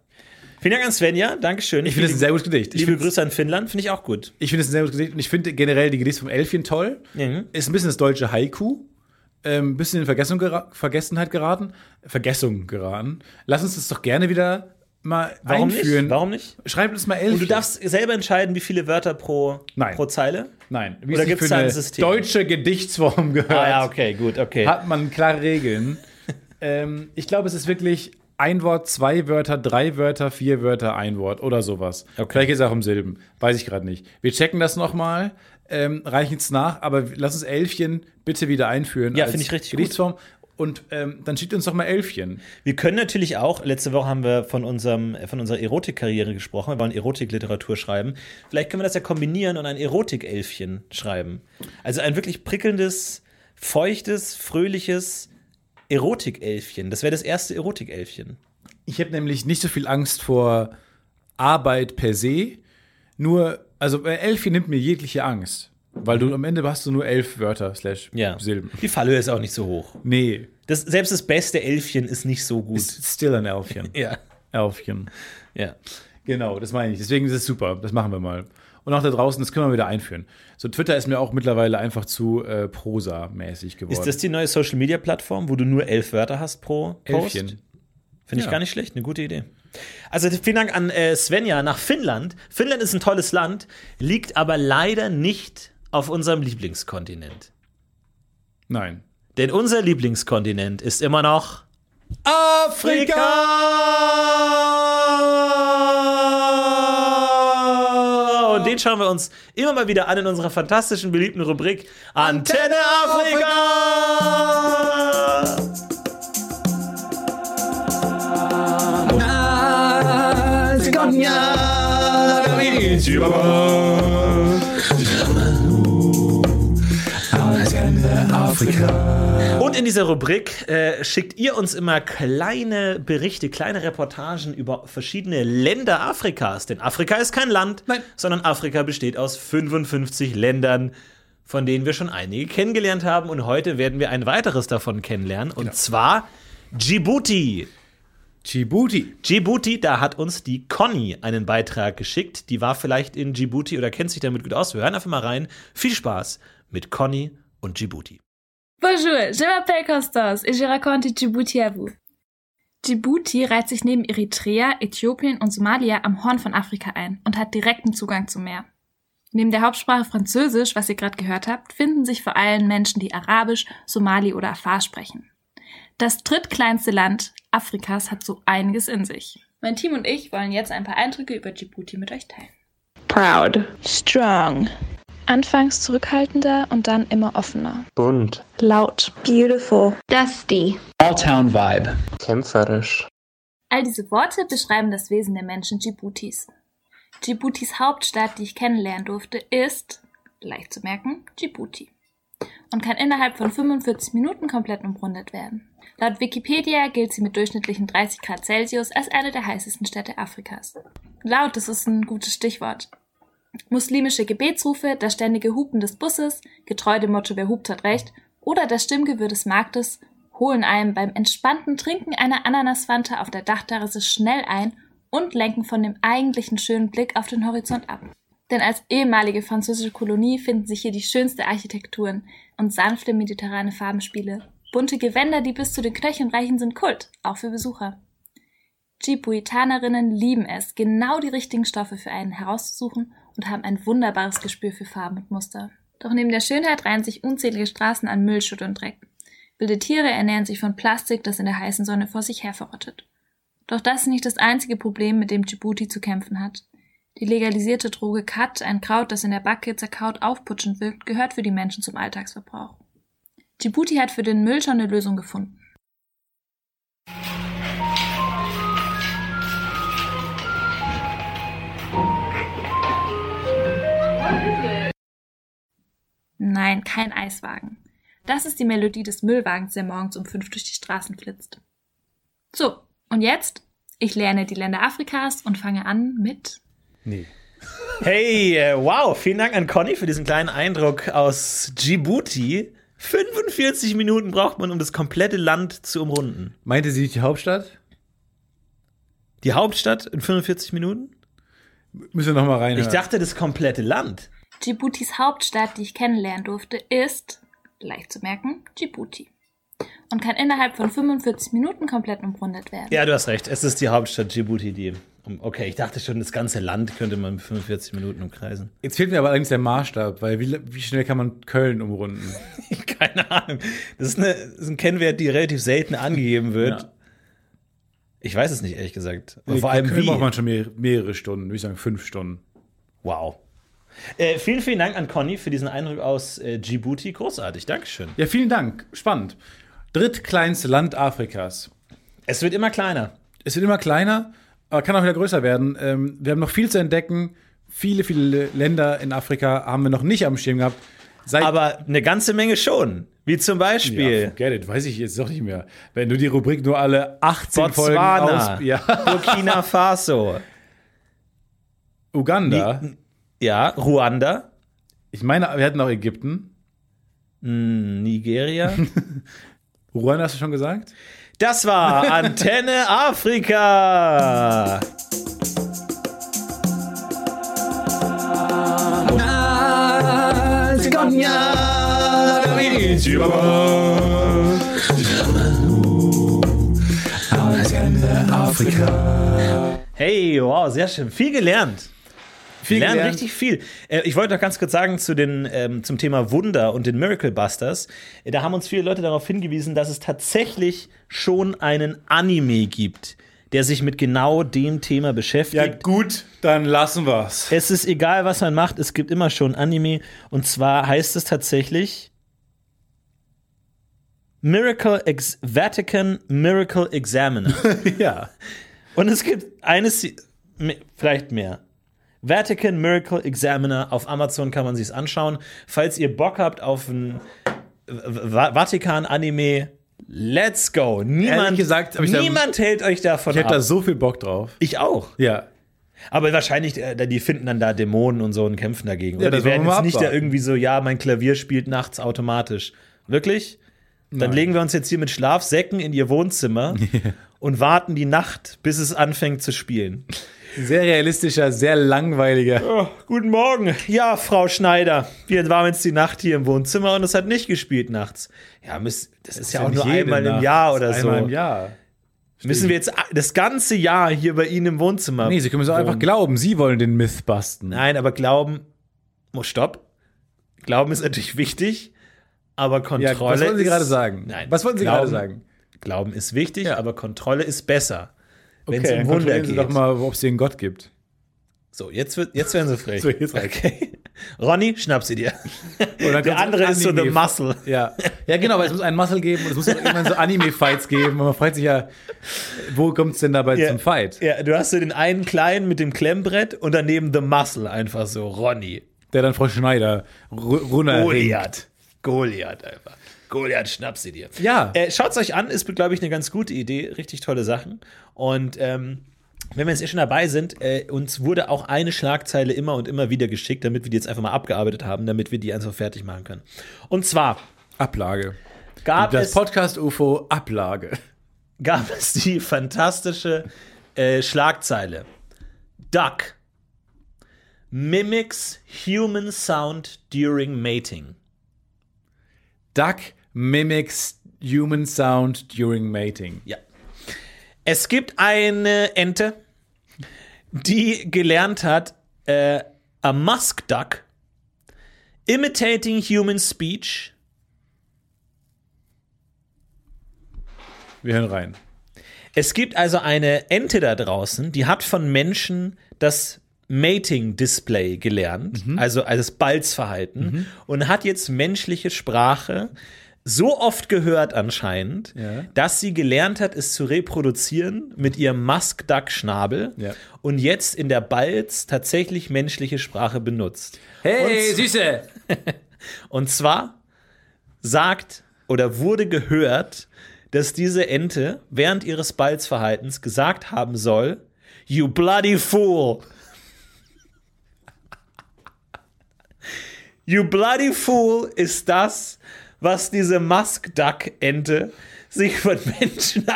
Vielen Dank an Svenja. Dankeschön. Ich finde es ein sehr gutes Gedicht. Ich Liebe finde Grüße an Finnland, finde ich auch gut. ich finde es ein sehr gutes Gedicht und ich finde generell die Gedichte vom Elfchen toll. Mhm. Ist ein bisschen das deutsche Haiku. Ein ähm, bisschen in Vergessung gera Vergessenheit geraten. Vergessung geraten. Lass uns das doch gerne wieder mal Warum einführen. nicht? Warum nicht? Schreibt uns mal Elfchen. Und du darfst selber entscheiden, wie viele Wörter pro, Nein. pro Zeile. Nein, wie Oder es sich gibt's für da ein eine System? deutsche Gedichtsform gehört. Ah ja, okay, gut, okay. Hat man klare Regeln. ähm, ich glaube, es ist wirklich ein Wort, zwei Wörter, drei Wörter, vier Wörter, ein Wort oder sowas. Okay. Vielleicht geht es auch um Silben. Weiß ich gerade nicht. Wir checken das nochmal, ähm, reichen es nach, aber lass uns Elfchen bitte wieder einführen. Ja, als finde ich richtig gut. Gedichtsform. Und ähm, dann schickt uns doch mal Elfchen. Wir können natürlich auch, letzte Woche haben wir von, unserem, von unserer Erotikkarriere gesprochen, wir wollen Erotikliteratur schreiben. Vielleicht können wir das ja kombinieren und ein Erotikelfchen schreiben. Also ein wirklich prickelndes, feuchtes, fröhliches Erotikelfchen. Das wäre das erste Erotikelfchen. Ich habe nämlich nicht so viel Angst vor Arbeit per se. Nur, also äh, Elfchen nimmt mir jegliche Angst. Weil du am Ende hast du nur elf Wörter slash Ja. Silben. Die Fallhöhe ist auch nicht so hoch. Nee, Das, selbst das beste Elfchen ist nicht so gut. ist still ein Elfchen. ja. Elfchen. ja. Genau, das meine ich. Deswegen ist es super. Das machen wir mal. Und auch da draußen, das können wir wieder einführen. So, Twitter ist mir auch mittlerweile einfach zu äh, prosa-mäßig geworden. Ist das die neue Social Media Plattform, wo du nur elf Wörter hast pro Post? Elfchen? Finde ich Ja. gar nicht schlecht, eine gute Idee. Also vielen Dank an äh, Svenja nach Finnland. Finnland ist ein tolles Land, liegt aber leider nicht auf unserem Lieblingskontinent. Nein. Denn unser Lieblingskontinent ist immer noch Afrika! und Und den schauen wir uns immer mal wieder an in unserer fantastischen, beliebten Rubrik Antenne Afrika! Und in dieser Rubrik äh, schickt ihr uns immer kleine Berichte, kleine Reportagen über verschiedene Länder Afrikas. Denn Afrika ist kein Land, Nein. sondern Afrika besteht aus 55 Ländern, von denen wir schon einige kennengelernt haben. Und heute werden wir ein weiteres davon kennenlernen. Und zwar Djibouti. Djibouti. Djibouti, da hat uns die Conny einen Beitrag geschickt. Die war vielleicht in Djibouti oder kennt sich damit gut aus. Wir hören einfach mal rein. Viel Spaß mit Conny und Djibouti. Bonjour, je m'appelle Costas et je raconte Djibouti à vous. Djibouti reiht sich neben Eritrea, Äthiopien und Somalia am Horn von Afrika ein und hat direkten Zugang zum Meer. Neben der Hauptsprache Französisch, was ihr gerade gehört habt, finden sich vor allem Menschen, die Arabisch, Somali oder Afar sprechen. Das drittkleinste Land Afrikas hat so einiges in sich. Mein Team und ich wollen jetzt ein paar Eindrücke über Djibouti mit euch teilen. Proud. Strong. Anfangs zurückhaltender und dann immer offener. Bunt, Laut. Beautiful. Dusty. All town vibe. kämpferisch, All diese Worte beschreiben das Wesen der Menschen Djiboutis. Djiboutis Hauptstadt, die ich kennenlernen durfte, ist, leicht zu merken, Djibouti. Und kann innerhalb von 45 Minuten komplett umrundet werden. Laut Wikipedia gilt sie mit durchschnittlichen 30 Grad Celsius als eine der heißesten Städte Afrikas. Laut, das ist ein gutes Stichwort. Muslimische Gebetsrufe, das ständige Hupen des Busses, getreu dem Motto Wer hupt hat recht, oder das Stimmgewirr des Marktes holen einem beim entspannten Trinken einer Ananasfanta auf der Dachterrasse schnell ein und lenken von dem eigentlichen schönen Blick auf den Horizont ab. Denn als ehemalige französische Kolonie finden sich hier die schönsten Architekturen und sanfte mediterrane Farbenspiele. Bunte Gewänder, die bis zu den Knöcheln reichen, sind Kult, auch für Besucher. Djibuitanerinnen lieben es, genau die richtigen Stoffe für einen herauszusuchen und haben ein wunderbares Gespür für Farben und Muster. Doch neben der Schönheit reihen sich unzählige Straßen an Müllschutt und Dreck. Wilde Tiere ernähren sich von Plastik, das in der heißen Sonne vor sich her verrottet. Doch das ist nicht das einzige Problem, mit dem Djibouti zu kämpfen hat. Die legalisierte Droge Kat, ein Kraut, das in der Backe zerkaut aufputschend wirkt, gehört für die Menschen zum Alltagsverbrauch. Djibouti hat für den Müll schon eine Lösung gefunden. Nein, kein Eiswagen. Das ist die Melodie des Müllwagens, der morgens um fünf durch die Straßen flitzt. So, und jetzt? Ich lerne die Länder Afrikas und fange an mit. Hey, äh, wow, vielen Dank an Conny für diesen kleinen Eindruck aus Djibouti. 45 Minuten braucht man, um das komplette Land zu umrunden. Meinte sie die Hauptstadt? Die Hauptstadt in 45 Minuten? Müssen wir nochmal rein. Ich dachte, das komplette Land. Djiboutis Hauptstadt, die ich kennenlernen durfte, ist, leicht zu merken, Djibouti. Und kann innerhalb von 45 Minuten komplett umrundet werden. Ja, du hast recht. Es ist die Hauptstadt Djibouti, die. um- Okay, ich dachte schon, das ganze Land könnte man mit 45 Minuten umkreisen. Jetzt fehlt mir aber allerdings der Maßstab, weil wie, wie schnell kann man Köln umrunden? Keine Ahnung. Das ist, eine, das ist ein Kennwert, die relativ selten angegeben wird. Ja. Ich weiß es nicht, ehrlich gesagt. Und vor allem Köln braucht wie. man schon mehrere, mehrere Stunden, würde ich sagen fünf Stunden. Wow. Äh, vielen, vielen Dank an Conny für diesen Eindruck aus äh, Djibouti. Großartig, Dankeschön. Ja, vielen Dank. Spannend. Drittkleinste Land Afrikas. Es wird immer kleiner. Es wird immer kleiner, aber kann auch wieder größer werden. Ähm, wir haben noch viel zu entdecken. Viele, viele Länder in Afrika haben wir noch nicht am Schirm gehabt. Seit Aber eine ganze Menge schon. Wie zum ja, Beispiel forget it, weiß ich jetzt doch nicht mehr. Wenn du die Rubrik nur alle 18 Botswana. Folgen aus, ja, Burkina Faso. Uganda. Ja, Ruanda, Ich meine, wir hatten auch Ägypten. Nigeria. Ruanda hast du schon gesagt? Das war Antenne Afrika. Hey, wow, sehr schön. Viel gelernt. Viel lernen gelernt. richtig viel. Äh, ich wollte noch ganz kurz sagen zu den, ähm, zum Thema Wunder und den Miracle Busters. Äh, Da haben uns viele Leute darauf hingewiesen, dass es tatsächlich schon einen Anime gibt. der sich mit genau dem Thema beschäftigt. Ja, gut, dann lassen wir's. Es ist egal, was man macht, es gibt immer schon Anime. Und zwar heißt es tatsächlich Miracle Ex Vatican Miracle Examiner. ja. Und es gibt eines, vielleicht mehr. Vatican Miracle Examiner. Auf Amazon kann man sich's anschauen. Falls ihr Bock habt auf ein Va- Vatikan-Anime, let's go. Niemand, Ehrlich gesagt hab ich da- niemand hält euch davon Ich hätte ab. da so viel Bock drauf. ich auch. Ja. Aber wahrscheinlich, äh, die finden dann da Dämonen und so und kämpfen dagegen. Oder das die werden wollen wir jetzt mal nicht da abwarten. irgendwie so, ja, mein Klavier spielt nachts automatisch. Wirklich? Dann legen wir uns jetzt hier mit Schlafsäcken in ihr Wohnzimmer und warten die Nacht, bis es anfängt zu spielen. Sehr realistischer, sehr langweiliger. Oh, guten Morgen. Ja, Frau Schneider. Wir waren jetzt die Nacht hier im Wohnzimmer und es hat nicht gespielt nachts. Ja, müsst, das, ist ja auch nur jede einmal im Nacht. Jahr oder so. Einmal im Jahr. Müssen wir jetzt a- das ganze Jahr hier bei Ihnen im Wohnzimmer? Nee, sie können es auch einfach glauben. Sie wollen den Myth basten. Nein, aber Glauben. Oh, stopp. Glauben ist natürlich wichtig, aber Kontrolle. ja, was wollen Sie ist- gerade sagen? Nein. Was wollen Sie Glauben- gerade sagen? Glauben ist wichtig, Ja. aber Kontrolle ist besser. Wenn es Okay, dann um Wunder kontrollieren geht. Sie doch mal, ob es den Gott gibt. So, jetzt, wird, jetzt werden sie frech. So, jetzt- okay. Ronny, schnapp sie dir. Und dann Der kommt andere ist so Anime- eine Muscle. Ja. ja, genau, weil es muss einen Muscle geben und es muss auch irgendwann so Anime-Fights geben. Und man fragt sich ja, wo kommt es denn dabei Ja. zum Fight? Ja, du hast so den einen kleinen mit dem Klemmbrett und daneben The Muscle einfach so. Ronny. Der dann Frau Schneider ru- runter. Oh, Goliath. Goliath einfach. Goliath, schnapp sie dir. Ja. Äh, Schaut es euch an, ist, glaube ich, eine ganz gute Idee. Richtig tolle Sachen. Und ähm, wenn wir jetzt eh schon dabei sind, äh, uns wurde auch eine Schlagzeile immer und immer wieder geschickt, damit wir die jetzt einfach mal abgearbeitet haben, damit wir die einfach fertig machen können. Und zwar Ablage. gab das es Podcast-UFO Ablage. gab es die fantastische äh, Schlagzeile: Duck mimics human sound during mating. Duck mimics human sound during mating. Ja. Es gibt eine Ente, die gelernt hat, äh, a musk duck imitating human speech. Wir hören rein. Es gibt also eine Ente da draußen, die hat von Menschen das Mating-Display gelernt, Mhm. also als Balzverhalten, und hat jetzt menschliche Sprache so oft gehört anscheinend, Ja. dass sie gelernt hat, es zu reproduzieren mit ihrem Musk-Duck-Schnabel Ja. und jetzt in der Balz tatsächlich menschliche Sprache benutzt. Hey, Und- Süße! und zwar sagt oder wurde gehört, dass diese Ente während ihres Balzverhaltens gesagt haben soll, You bloody fool! You bloody fool ist das, was diese Musk-Duck-Ente sich von Menschen So,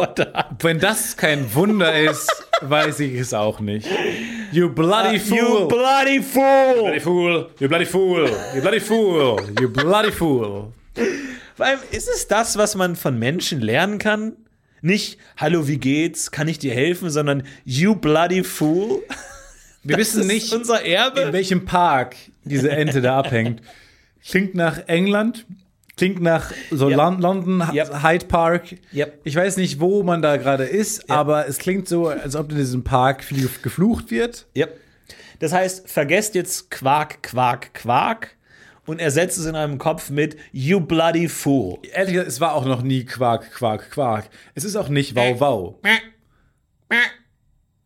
abgeschaut hat. wenn das kein Wunder ist, weiß ich es auch nicht. Uh, You bloody fool! You bloody fool! bloody fool! You bloody fool! You bloody fool! You bloody fool! Vor allem, ist es das, was man von Menschen lernen kann? Nicht, hallo, wie geht's? Kann ich dir helfen? Sondern, you bloody fool. Wir wissen Das nicht, ist unser in Erbe. welchem Park diese Ente da abhängt. Klingt nach England, klingt nach so Ja. Lon- London, H- Ja. Hyde Park. Ja. Ich weiß nicht, wo man da gerade ist, aber es klingt so, als ob in diesem Park viel geflucht wird. Ja. Das heißt, vergesst jetzt Quark, Quark, Quark und ersetzt es in eurem Kopf mit, you bloody fool. Ehrlich gesagt, es war auch noch nie Quark, Quark, Quark. Es ist auch nicht Wow, Wow.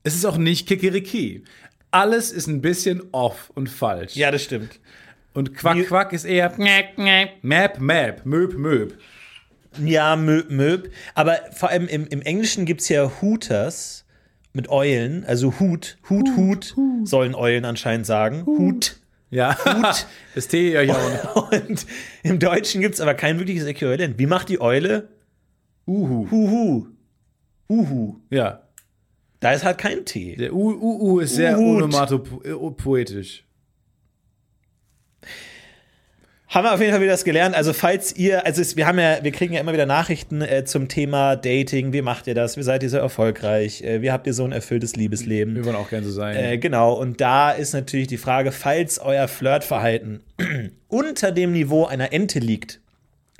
Es ist auch nicht Kikeriki. Alles ist ein bisschen off und falsch. Ja, das stimmt. Und Quack, Quack ist eher Map, Map, Möb, Möb. Ja, möb, möb. Aber vor allem im, im Englischen gibt's ja Hooters mit Eulen, also Hut, Hut, Hut, sollen Eulen anscheinend sagen. Hut. Ja, Hut. das Tee euch auch. Und im Deutschen gibt es aber kein wirkliches Äquivalent. Wie macht die Eule? Uhu. Huhu. Uhu. Ja. Da ist halt kein T. Der U, U, U ist sehr Uhut. onomatopoetisch. Haben wir auf jeden Fall wieder das gelernt. Also, falls ihr, also es, wir haben ja, wir kriegen ja immer wieder Nachrichten äh, zum Thema Dating. Wie macht ihr das? Wie seid ihr so erfolgreich? Äh, wie habt ihr so ein erfülltes Liebesleben? Wir wollen auch gerne so sein. Äh, genau, und da ist natürlich die Frage, falls euer Flirtverhalten unter dem Niveau einer Ente liegt,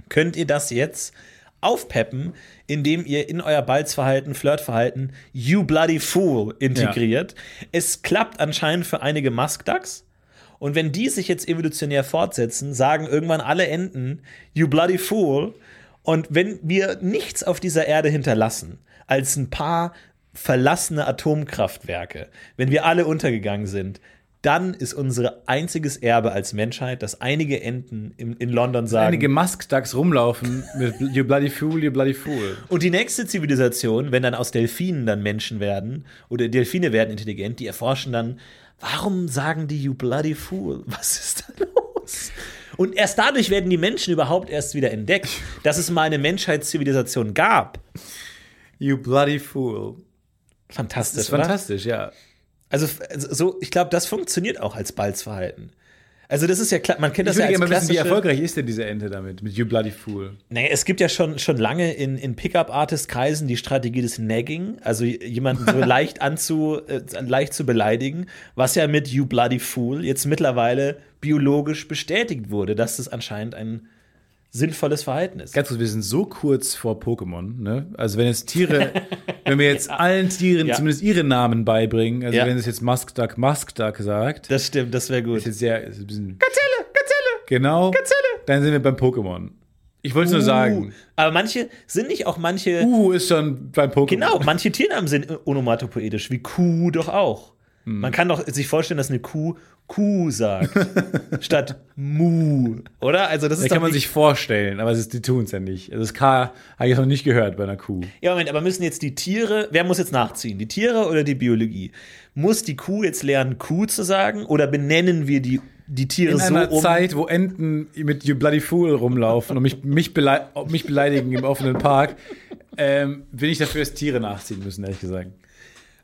könnt ihr das jetzt aufpeppen, indem ihr in euer Balzverhalten, Flirtverhalten You Bloody Fool integriert. Es klappt anscheinend für einige Muskducks. Und wenn die sich jetzt evolutionär fortsetzen, sagen irgendwann alle Enten You Bloody Fool. Und wenn wir nichts auf dieser Erde hinterlassen, als ein paar verlassene Atomkraftwerke, wenn wir alle untergegangen sind, dann ist unser einziges Erbe als Menschheit, dass einige Enten in, in London sagen. Einige Muskducks rumlaufen mit You Bloody Fool, You Bloody Fool. Und die nächste Zivilisation, wenn dann aus Delfinen dann Menschen werden, oder Delfine werden intelligent, die erforschen dann, warum sagen die You Bloody Fool? Was ist da los? Und erst dadurch werden die Menschen überhaupt erst wieder entdeckt, dass es mal eine Menschheitszivilisation gab. You Bloody Fool. Fantastisch. Das ist oder? fantastisch, ja. Also, f- also so, ich glaube, das funktioniert auch als Balzverhalten. Also, das ist ja klar, man kennt das ich würde ja als gerne mal wissen, wie klassische- erfolgreich ist denn diese Ente damit, mit You Bloody Fool? Naja, es gibt ja schon, schon lange in, in Pickup-Artist-Kreisen die Strategie des Nagging, also j- jemanden so leicht anzu, äh, leicht zu beleidigen, was ja mit You Bloody Fool jetzt mittlerweile biologisch bestätigt wurde, dass das anscheinend ein sinnvolles Verhalten ist. Ganz kurz, wir sind so kurz vor Pokémon, ne? Also wenn jetzt Tiere, wenn wir jetzt allen Tieren Ja. zumindest ihre Namen beibringen, also Ja. wenn es jetzt Muskduck Muskduck sagt, Das stimmt, das wäre gut. ist jetzt sehr ist ein bisschen Gazelle, Gazelle. Genau. Gazelle. Dann sind wir beim Pokémon. Ich wollte es nur Uh, sagen. Uh. aber manche sind nicht auch manche. Uhu ist schon beim Pokémon. Genau, manche Tiernamen sind onomatopoetisch, wie Kuh doch auch. Hm. Man kann doch sich vorstellen, dass eine Kuh Kuh sagt, statt Mu, oder? Also das ist Da kann doch man nicht- sich vorstellen, aber es ist, die tun es ja nicht. Also das K habe ich jetzt noch nicht gehört bei einer Kuh. Ja, Moment, aber müssen jetzt die Tiere, wer muss jetzt nachziehen? Die Tiere oder die Biologie? Muss die Kuh jetzt lernen, Kuh zu sagen? Oder benennen wir die, die Tiere In so einer um? Zeit, wo Enten mit You Bloody Fool rumlaufen und mich, mich, belei mich beleidigen im offenen Park, ähm, bin ich dafür, dass Tiere nachziehen müssen, ehrlich gesagt.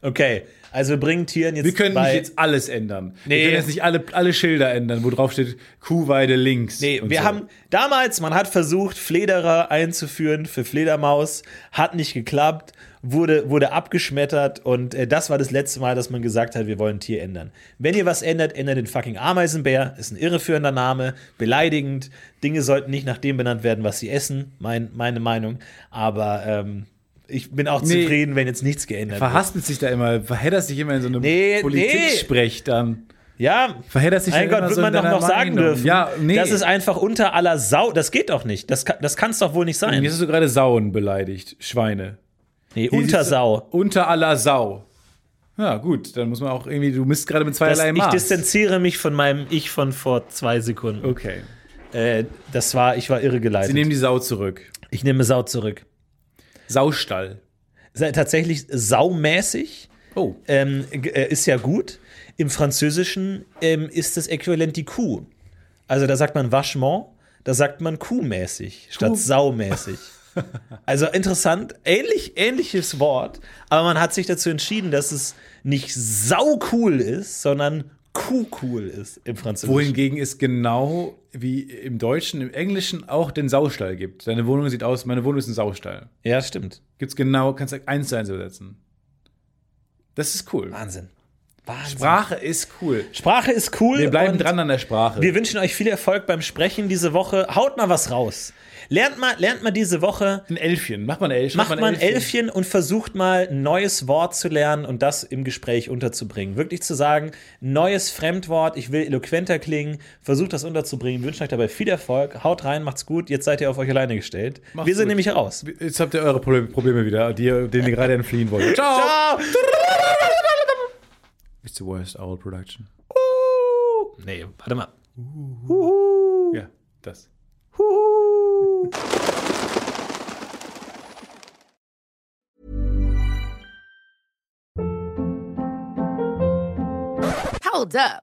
Okay, also wir bringen Tieren jetzt Wir können bei, nicht jetzt alles ändern. Nee. Wir können jetzt nicht alle, alle Schilder ändern, wo drauf steht Kuhweide links. Nee, und wir so. haben damals, man hat versucht, Flederer einzuführen für Fledermaus, hat nicht geklappt, wurde, wurde abgeschmettert und äh, das war das letzte Mal, dass man gesagt hat, wir wollen ein Tier ändern. Wenn ihr was ändert, ändert den fucking Ameisenbär, ist ein irreführender Name, beleidigend, Dinge sollten nicht nach dem benannt werden, was sie essen, mein, meine Meinung, aber ähm, ich bin auch Nee. zufrieden, wenn jetzt nichts geändert wird. Verhaspelt sich da immer, verheddert sich immer in so einem Nee, nee. Politik-Sprech dann. Ja, Verheddert sich Mein da Gott, immer wird so man in doch deiner noch sagen Meinung. dürfen. Ja, nee. Das ist einfach unter aller Sau. Das geht doch nicht. Das, kann- das kann es doch wohl nicht sein. Mir hast du gerade Sauen beleidigt, Schweine. Nee, Untersau. Unter aller Sau. Ja, gut, dann muss man auch irgendwie, du misst gerade mit Das, zweierlei ich Maß. distanziere mich von meinem Ich von vor zwei Sekunden. Okay. Äh, das war, ich war Sie irregeleitet. nehmen die Sau zurück. ich nehme Sau zurück. Saustall. Sei- Tatsächlich saumäßig Oh. ähm, g- äh, ist ja gut. Im Französischen ähm, ist das Äquivalent die Kuh. Also da sagt man Vachement, da sagt man kuhmäßig statt saumäßig. Also interessant, ähnlich, ähnliches Wort, aber man hat sich dazu entschieden, dass es nicht saucool ist, sondern kuhcool ist im Französischen. Wohingegen es genau wie im Deutschen, im Englischen auch den Saustall gibt. Deine Wohnung sieht aus, meine Wohnung ist ein Saustall. Ja, stimmt. Gibt's genau, kannst du eins zu eins übersetzen. Das ist cool. Wahnsinn. Wahnsinn. Sprache ist cool. Sprache ist cool. Wir bleiben und- dran an der Sprache. Wir wünschen euch viel Erfolg beim Sprechen diese Woche. Haut mal was raus. Lernt mal, lernt mal diese Woche ein Elfchen. Mach mal ein Elfchen. Macht mal ein Elfchen und versucht mal, ein neues Wort zu lernen und das im Gespräch unterzubringen. Wirklich zu sagen, neues Fremdwort, ich will eloquenter klingen, versucht das unterzubringen, wünsche euch dabei viel Erfolg, haut rein, macht's gut, jetzt seid ihr auf euch alleine gestellt. Macht's Wir sind gut. nämlich raus. Jetzt habt ihr eure Proble- Probleme wieder, die, ihr- denen ihr gerade entfliehen wollt. Ciao. Ciao! It's the worst owl production. Nee, warte mal. Ja, das. Hold up.